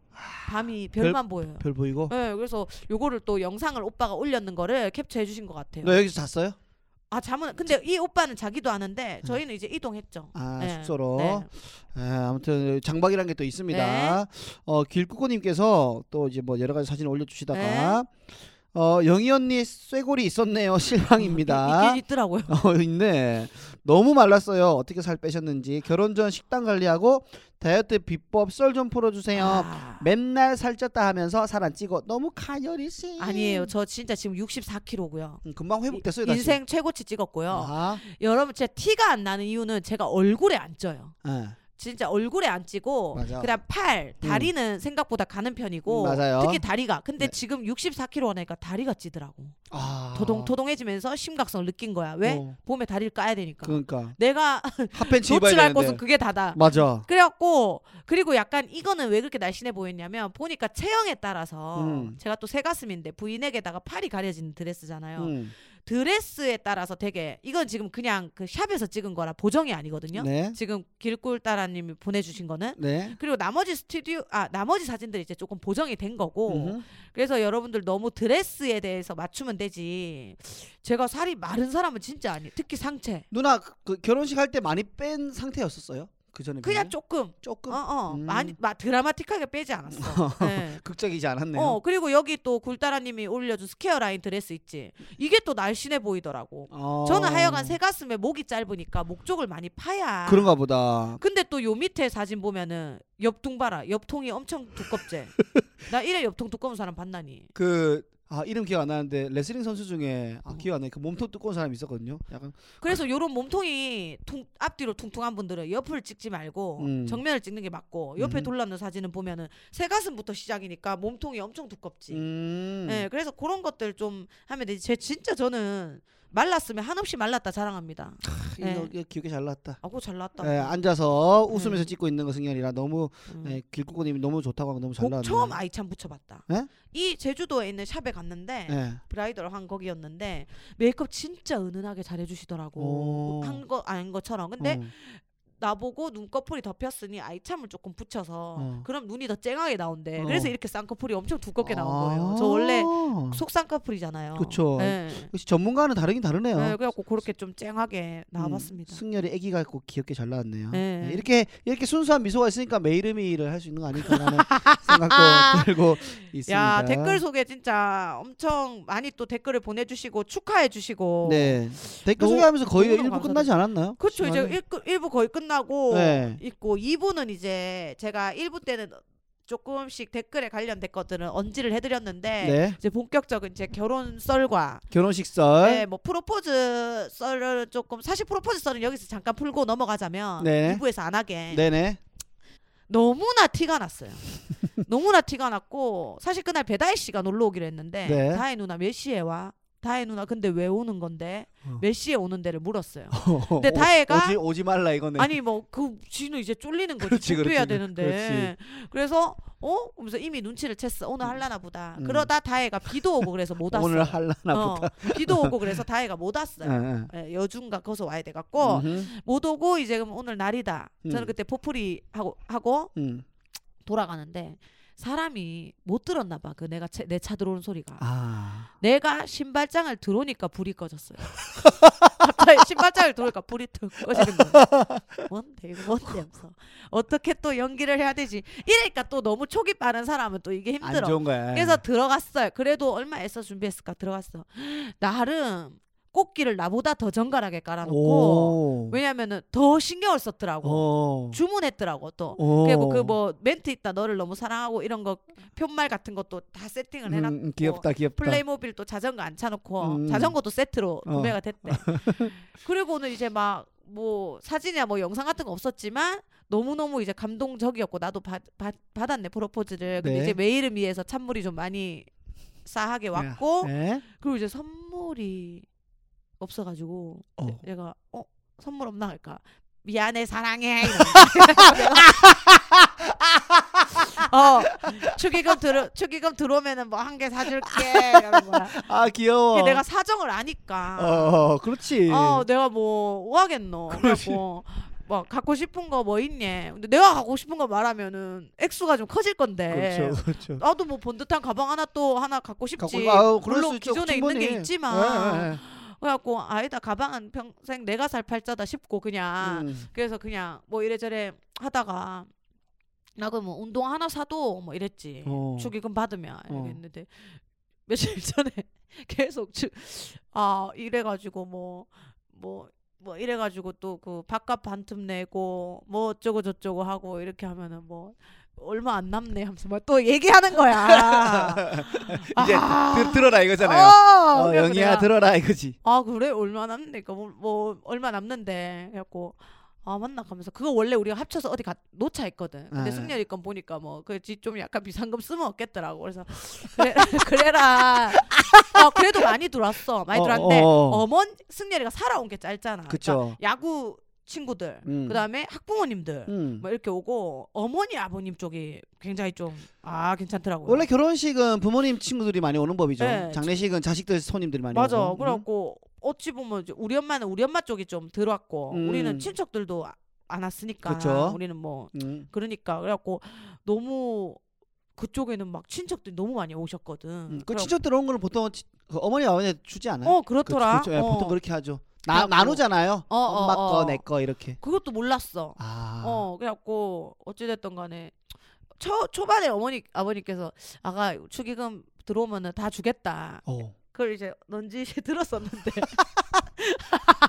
B: 밤이 별만 보여요.
A: 별 보이고.
B: 네, 그래서 요거를 또 영상을 오빠가 올렸는 거를 캡처해 주신 것 같아요.
A: 너 여기서 잤어요?
B: 아 잠은 근데 이 오빠는 자기도 아는데 저희는 이제 이동했죠.
A: 아
B: 네,
A: 숙소로.
B: 네.
A: 예, 아무튼 장박이란 게 또 있습니다. 어, 길꾸꾸님께서 또 이제 뭐 여러 가지 사진 올려주시다가
B: 네.
A: 어, 영희 언니 쇠골이 있었네요. 실망입니다.
B: 음, 이- 있긴 있더라고요.
A: 어, 있네. 너무 말랐어요. 어떻게 살 빼셨는지 결혼 전 식단 관리하고 다이어트 비법 썰 좀 풀어주세요.
B: 아,
A: 맨날 살쪘다 하면서 살 안 찌고 너무 가열이시.
B: 아니에요. 저 진짜 지금 64kg고요.
A: 음, 금방 회복됐어요. 다시.
B: 인생 최고치 찍었고요.
A: 아,
B: 여러분 진짜 티가 안 나는 이유는 제가 얼굴에 안 쪄요.
A: 예.
B: 진짜 얼굴에 안 찌고
A: 맞아.
B: 어, 그다음 팔, 다리는 생각보다 가는 편이고
A: 음, 맞아요.
B: 특히 다리가. 근데
A: 네.
B: 지금 64kg 하니까 다리가 찌더라고.
A: 아.
B: 도동도동해지면서 심각성을 느낀 거야. 왜?
A: 어,
B: 봄에 다리를 까야 되니까.
A: 그러니까 네.
B: 내가
A: 핫팬츠 입어야
B: 조치할
A: 되는데.
B: 곳은 그게 다다.
A: 맞아.
B: 그래갖고 그리고 약간 이거는 왜 그렇게 날씬해 보였냐면 보니까 체형에 따라서
A: 음.
B: 제가 또 새가슴인데 부인에게다가 팔이 가려진 드레스잖아요.
A: 음.
B: 드레스에 따라서 되게 이건 지금 그냥 그 샵에서 찍은 거라 보정이 아니거든요.
A: 네.
B: 지금 길꿀따라님이 보내주신 거는
A: 네.
B: 그리고 나머지 스튜디오 아 나머지 사진들이 이제 조금 보정이 된 거고
A: 음흠.
B: 그래서 여러분들 너무 드레스에 대해서 맞추면 되지 제가 살이 마른 사람은 진짜 아니에요 특히 상체
A: 누나 그- 그 결혼식 할 때 많이 뺀 상태였었어요? 그 전에
B: 그냥 조금
A: 조금
B: 어어
A: 음.
B: 많이 마, 드라마틱하게 빼지 않았어 네.
A: 극적이지 않았네요.
B: 어 그리고 여기 또 굴따라님이 올려준 스퀘어 라인 드레스 있지 이게 또 날씬해 보이더라고
A: 어.
B: 저는 하여간 새가슴에 목이 짧으니까 목 쪽을 많이 파야
A: 그런가 보다.
B: 근데 또 요 밑에 사진 보면은 옆통 봐라 옆통이 엄청 두껍제 나 이래 옆통 두꺼운 사람 봤나니
A: 그 아, 이름 기억 안 나는데 레슬링 선수 중에 아, 기억 안 나요. 그 몸통 두꺼운 사람이 있었거든요. 약간
B: 어. 그래서 요런 몸통이 퉁, 앞뒤로 퉁퉁한 분들은 옆을 찍지 말고
A: 음.
B: 정면을 찍는 게 맞고 옆에
A: 음.
B: 돌라는 사진은 보면은 새가슴부터 시작이니까 몸통이 엄청 두껍지
A: 음.
B: 예, 그래서 그런 것들 좀 하면 되지. 제 진짜 저는 말랐으면 한없이 말랐다 자랑합니다.
A: 크,
B: 예.
A: 이거, 이거 귀엽게 잘 나왔다.
B: 아고 잘 나왔다.
A: 예, 앉아서
B: 음.
A: 웃으면서 찍고 있는 거 승현이라 너무
B: 음.
A: 예, 길구구님이 너무 좋다고 하고 너무 잘
B: 곡
A: 나왔네.
B: 처음 아이참 붙여봤다.
A: 예?
B: 이 제주도에 있는 샵에 갔는데
A: 예.
B: 브라이덜 한 거기였는데 메이크업 진짜 은은하게 잘해주시더라고.
A: 오.
B: 한 거 아닌 것처럼. 근데
A: 어.
B: 나보고 눈꺼풀이 덮였으니 아이참을 조금 붙여서
A: 어.
B: 그럼 눈이 더 쨍하게 나온대.
A: 어.
B: 그래서 이렇게 쌍꺼풀이 엄청 두껍게
A: 아.
B: 나온 거예요. 저 원래 속쌍꺼풀이잖아요.
A: 그쵸. 어.
B: 예.
A: 역시 전문가는 다르긴 다르네요.
B: 예, 그래갖고 그렇게 좀 쨍하게
A: 음,
B: 나와봤습니다.
A: 승열이 애기 같고 귀엽게 잘 나왔네요.
B: 네.
A: 네, 이렇게 이렇게 순수한 미소가 있으니까 매이름이를 할 수 있는 거 아닐까라는 생각도 들고 있습니다.
B: 야 댓글 소개 진짜 엄청 많이 또 댓글을 보내주시고 축하해주시고
A: 네 댓글
B: 너무-
A: 소개하면서 거의
B: 너무너무
A: 일부
B: 감사드려요.
A: 끝나지 않았나요?
B: 그렇죠 이제
A: 시간이?
B: 일, 일부 거의 끝나고
A: 네.
B: 있고 2부는 이제 제가 1부 때는 조금씩 댓글에 관련된 것들은 언지를 해드렸는데
A: 네
B: 이제 본격적인 이제 결혼 썰과
A: 결혼식 썰.
B: 네, 뭐 프로포즈 썰을 조금 사실 프로포즈 썰은 여기서 잠깐 풀고 넘어가자면
A: 네.
B: 2부에서 안 하게
A: 네. 네
B: 너무나 티가 났어요. 너무나 티가 났고 사실 그날 배다혜 씨가 놀러 오기로 했는데
A: 네.
B: 다혜 누나 몇 시에 와? 다혜 누나 근데 왜 오는 건데?
A: 어.
B: 몇 시에 오는 데를 물었어요. 근데 다혜가
A: 오지 오지 말라 이거네.
B: 아니 뭐 그 지는 이제 쫄리는 거지
A: 그렇지,
B: 준비해야
A: 그렇지,
B: 되는데 그래서어 그러면서 이미 눈치를 챘어 오늘 할라나 보다
A: 음.
B: 그러다 다혜가 비도 오고 그래서 못 왔어
A: 오늘 할라나
B: 어,
A: 보다.
B: 비도 오고 그래서 다혜가 못 왔어요
A: 예, 예.
B: 예, 여중가 거기서 와야 돼 갖고
A: 음흠,
B: 못 오고 이제 그럼 오늘 날이다 저는
A: 음.
B: 그때 포풀이 하고 하고
A: 음.
B: 돌아가는데 사람이 못 들었나 봐. 그 내가 내 차 들어오는 소리가.
A: 아.
B: 내가 신발장을 들어오니까 불이 꺼졌어요. 갑자기 신발장을 들어오니까 불이 툭 꺼지는 거예요. 뭔데 이거 뭔데 하면서 어떻게 또 연기를 해야 되지? 이러니까 또 너무 촉이 빠른 사람은 또 이게
A: 안
B: 힘들어.
A: 좋은 거야.
B: 그래서 들어갔어요. 그래도 얼마 애써 준비했을까 들어갔어. 나름 꽃길을 나보다 더 정갈하게 깔아놓고
A: 오.
B: 왜냐면은 더 신경을 썼더라고.
A: 어.
B: 주문했더라고 또.
A: 어.
B: 그리고 그 뭐 멘트 있다 너를 너무 사랑하고 이런 거 편말 같은 것도 다 세팅을 해놨고
A: 음, 음, 귀엽다 귀엽다.
B: 플레이모빌 또 자전거 안 차놓고
A: 음.
B: 자전거도 세트로
A: 어.
B: 구매가 됐대. 그리고 오늘 이제 막 뭐 사진이나 뭐 영상 같은 거 없었지만 너무너무 이제 감동적이었고 나도 받, 받, 받았네 프로포즈를 근데
A: 네.
B: 이제 매이름 위에서 찬물이 좀 많이 싸하게 왔고
A: 예.
B: 그리고 이제 선물이 없어가지고
A: 어.
B: 얘가 어 선물 없나 할까 미안해 사랑해 이러는 거야. 어 축의금 들어 축의금 들어오면은 뭐 한 개 사줄게 이러는 거야
A: 아 귀여워.
B: 근데 내가 사정을 아니까
A: 어, 어, 그렇지.
B: 어 내가 뭐 하겠노
A: 그렇지.
B: 막 갖고 싶은 거 뭐 있냐 근데 내가 갖고 싶은 거 말하면은 액수가 좀 커질 건데
A: 그렇죠, 그렇죠.
B: 나도 뭐 번듯한 가방 하나 또 하나 갖고 싶지
A: 갖고- 아우, 그럴
B: 물론
A: 수 있죠.
B: 기존에
A: 충분히.
B: 있는 게 있지만
A: 예, 예, 예.
B: 그래갖고 아니다 가방은 평생 내가 살 팔자다 싶고 그냥
A: 음.
B: 그래서 그냥 뭐 이래저래 하다가 나 그럼 뭐 운동 하나 사도 뭐 이랬지
A: 어.
B: 축의금 받으면
A: 어.
B: 이렇게 했는데 며칠 전에 계속 주, 아 이래가지고 뭐 뭐, 뭐 이래가지고 또 그 바깥 반품 내고 뭐 어쩌고 저쩌고 하고 이렇게 하면은 뭐 얼마 안 남네 하면서 막 또 얘기하는 거야.
A: 이제 들, 들어라 이거잖아요.
B: 어,
A: 어,
B: 그래서
A: 영희야
B: 내가
A: 들어라 이거지.
B: 아 그래 얼마 남니까 뭐, 뭐 얼마 남는데 그래갖고 아 맞나 하면서 그거 원래 우리가 합쳐서 어디 가 놓자 했거든 근데
A: 아.
B: 승렬이 건 보니까 뭐그좀 약간 비상금 쓰면 없겠더라고 그래서 그래, 그래라 어, 그래도 많이 들어왔어 많이
A: 어,
B: 들어왔는데
A: 어,
B: 어,
A: 어.
B: 먼 승렬이가 살아온 게 짧잖아 그러니까
A: 그쵸.
B: 야구 친구들
A: 음.
B: 그다음에 학부모님들
A: 음.
B: 뭐 이렇게 오고 어머니 아버님 쪽이 굉장히 좀 아 괜찮더라고요
A: 원래 결혼식은 부모님 친구들이 많이 오는 법이죠.
B: 네.
A: 장례식은 자식들 손님들이 많이
B: 맞아.
A: 오고. 음.
B: 그래갖고 어찌 보면 이제 우리 엄마는 우리 엄마 쪽이 좀 들어왔고
A: 음.
B: 우리는 친척들도 아- 안 왔으니까
A: 그쵸.
B: 우리는 뭐
A: 음. 음.
B: 그러니까 그래갖고 너무 그쪽에는 막 친척들이 너무 많이 오셨거든.
A: 음. 그
B: 그래고-
A: 친척들 오는 거는 보통 치- 그 어머니 아버니 주지 않아요?
B: 어
A: 그-
B: 그렇더라.
A: 그쵸. 예,
B: 어.
A: 보통 그렇게 하죠. 나,
B: 그래갖고-
A: 나누잖아요.
B: 어, 어,
A: 엄마
B: 어.
A: 거, 내 거 이렇게.
B: 그것도 몰랐어.
A: 아.
B: 어 그래갖고 어찌됐던 간에 초 초반에 어머니 아버님께서 아가 축의금 들어오면은 다 주겠다.
A: 어.
B: 그걸 이제 넌지시 들었었는데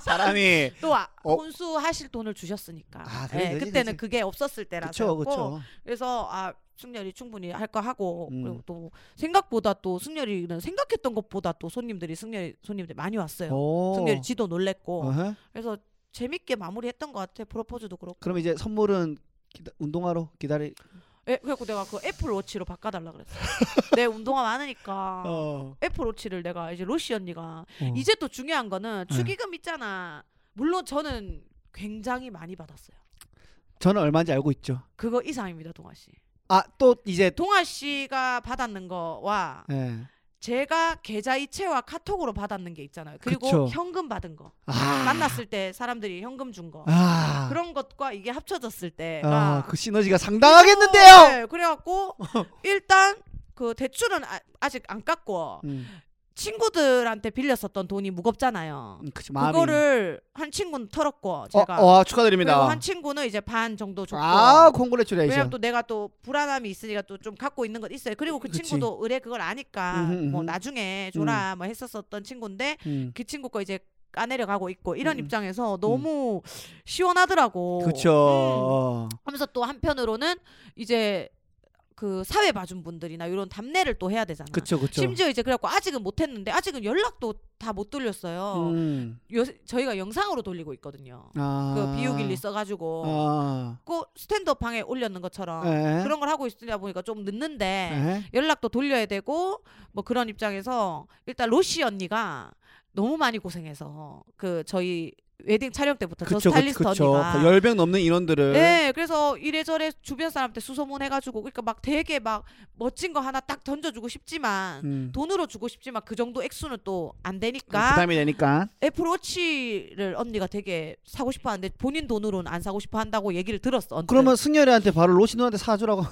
A: 사람이
B: 또 아,
A: 어.
B: 혼수하실 돈을 주셨으니까.
A: 아, 그래,
B: 예,
A: 그지,
B: 그때는
A: 그지.
B: 그게 없었을
A: 그렇죠, 그쵸,
B: 때라서.
A: 그쵸.
B: 그래서 아 승렬이 충분히 할 거 하고
A: 음.
B: 그리고 또 생각보다 또 승렬이는 생각했던 것보다 또 손님들이 승렬이 손님들이 많이 왔어요.
A: 오.
B: 승렬이 지도 놀랬고
A: 어허.
B: 그래서 재밌게 마무리했던 것 같아 프로포즈도 그렇고.
A: 그럼 이제 선물은 기다- 운동화로 기다리.
B: 예, 그래갖고 내가 그 애플 워치로 바꿔달라 그랬어. 내 운동화 많으니까.
A: 어.
B: 애플 워치를 내가 이제 로시 언니가
A: 어.
B: 이제 또 중요한 거는
A: 네.
B: 축의금 있잖아. 물론 저는 굉장히 많이 받았어요.
A: 저는 얼마인지 알고 있죠.
B: 그거 이상입니다, 동아 씨.
A: 아 또 이제
B: 동아 씨가 받았는 거와
A: 예.
B: 제가 계좌 이체와 카톡으로 받았는 게 있잖아요. 그리고
A: 그쵸.
B: 현금 받은 거.
A: 아.
B: 만났을 때 사람들이 현금 준 거.
A: 아.
B: 그런 것과 이게 합쳐졌을 때가
A: 아, 그 시너지가 상당하겠는데요.
B: 네, 그래갖고 일단 그 대출은 아, 아직 안 깎고
A: 음,
B: 친구들한테 빌렸었던 돈이 무겁잖아요.
A: 음, 그치, 마음이.
B: 그거를 한 친구는 털었고
A: 어,
B: 제가
A: 와,
B: 그리고
A: 축하드립니다.
B: 한 친구는 이제 반 정도 줬고
A: 아, 콩그레츄레이션.
B: 왜냐면 또 내가 또 불안함이 있으니까 또 좀 갖고 있는 것 있어요. 그리고 그
A: 그치.
B: 친구도 의뢰 그걸 아니까
A: 음흠, 음흠.
B: 뭐 나중에 줘라 뭐 했었었던 친구인데
A: 음.
B: 그 친구 거 이제 까내려 가고 있고 이런
A: 음, 음.
B: 입장에서 너무 시원하더라고. 음.
A: 그쵸.
B: 하면서 또 한편으로는 이제 그 사회 봐준 분들이나 이런 답례를 또 해야 되잖아.
A: 그쵸, 그쵸.
B: 심지어 이제 그래갖고 아직은 못했는데 아직은 연락도 다 못 돌렸어요.
A: 음.
B: 요, 저희가 영상으로 돌리고 있거든요.
A: 아.
B: 그 비우길리 써가지고
A: 아.
B: 그 스탠드업 방에 올렸는 것처럼
A: 예.
B: 어. 그런 걸 하고 있으다 보니까 좀 늦는데
A: 예.
B: 연락도 돌려야 되고 뭐 그런 입장에서 일단 로시 언니가 너무 많이 고생해서 그 저희 웨딩 촬영 때부터 저
A: 그쵸,
B: 스타일리스트
A: 그쵸, 그쵸.
B: 언니가
A: 그 열병 넘는 인원들을.
B: 네, 그래서 이래저래 주변 사람한테 수소문 해가지고 그러니까 막 되게 막 멋진 거 하나 딱 던져주고 싶지만
A: 음.
B: 돈으로 주고 싶지만 그 정도 액수는 또 안 되니까
A: 부담이 되니까.
B: 애플워치를 언니가 되게 사고 싶어 하는데 본인 돈으로는 안 사고 싶어 한다고 얘기를 들었어. 언뜻.
A: 그러면 승열이한테 바로 로시 누나한테 사주라고.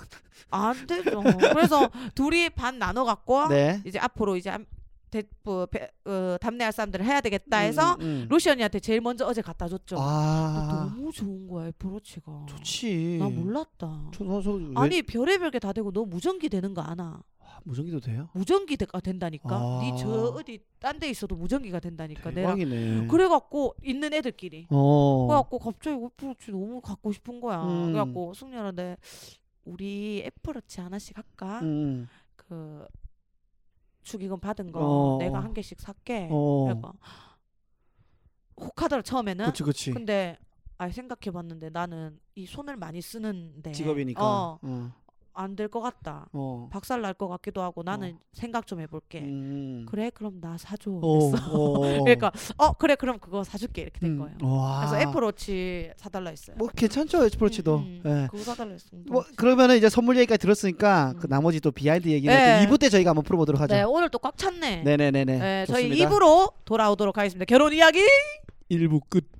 B: 안 되죠. 그래서 둘이 반 나눠 갖고
A: 네.
B: 이제 앞으로 이제 암- 대, 뭐, 배, 어, 담내할 사람들을 해야 되겠다 해서
A: 음, 음, 음.
B: 로시 언니한테 제일 먼저 어제 갖다 줬죠.
A: 아.
B: 너무 좋은 거야 애플워치가.
A: 좋지.
B: 나 몰랐다.
A: 저, 저, 저, 왜
B: 아니 별의별 게 다 되고 너 무전기 되는 거 아나?
A: 무전기도 돼요?
B: 무전기가 된다니까.
A: 아.
B: 니 저 어디 딴 데 있어도 무전기가 된다니까 그러니까 내가.
A: 대박이네.
B: 그래갖고 있는 애들끼리.
A: 어.
B: 그래갖고 갑자기 애플워치 너무 갖고 싶은 거야.
A: 음.
B: 그래갖고 승렬한테 우리 애플워치 하나씩 할까?
A: 음.
B: 그 축의금 받은 거
A: 어.
B: 내가 한 개씩 살게.
A: 어.
B: 네. 그래갖고 혹하더라 처음에는.
A: 그치 그치.
B: 근데 아 생각해봤는데 나는 이 손을 많이 쓰는데
A: 직업이니까.
B: 어,
A: 어.
B: 안 될 것 같다.
A: 어.
B: 박살 날 것 같기도 하고 나는 생각 좀 해볼게.
A: 음.
B: 그래 그럼 나 사줘.
A: 어,
B: 그랬어.
A: 어, 어.
B: 그러니까 어 그래 그럼 그거 사줄게 이렇게 된
A: 음.
B: 거예요.
A: 와.
B: 그래서 애플워치 사달라 했어요.
A: 뭐 괜찮죠 애플워치도.
B: 음,
A: 예.
B: 음. 그거 사달라 했어.
A: 뭐 그러면은 이제 선물 얘기까지 들었으니까
B: 음.
A: 그 나머지 또 비하인드 얘기는
B: 네.
A: 또 2부 때 저희가 한번 풀어보도록 하죠.
B: 네 오늘 또 꽉 찼네.
A: 네네네네.
B: 네, 저희
A: 좋습니다.
B: 2부로 돌아오도록 하겠습니다. 결혼 이야기.
A: 1부 끝.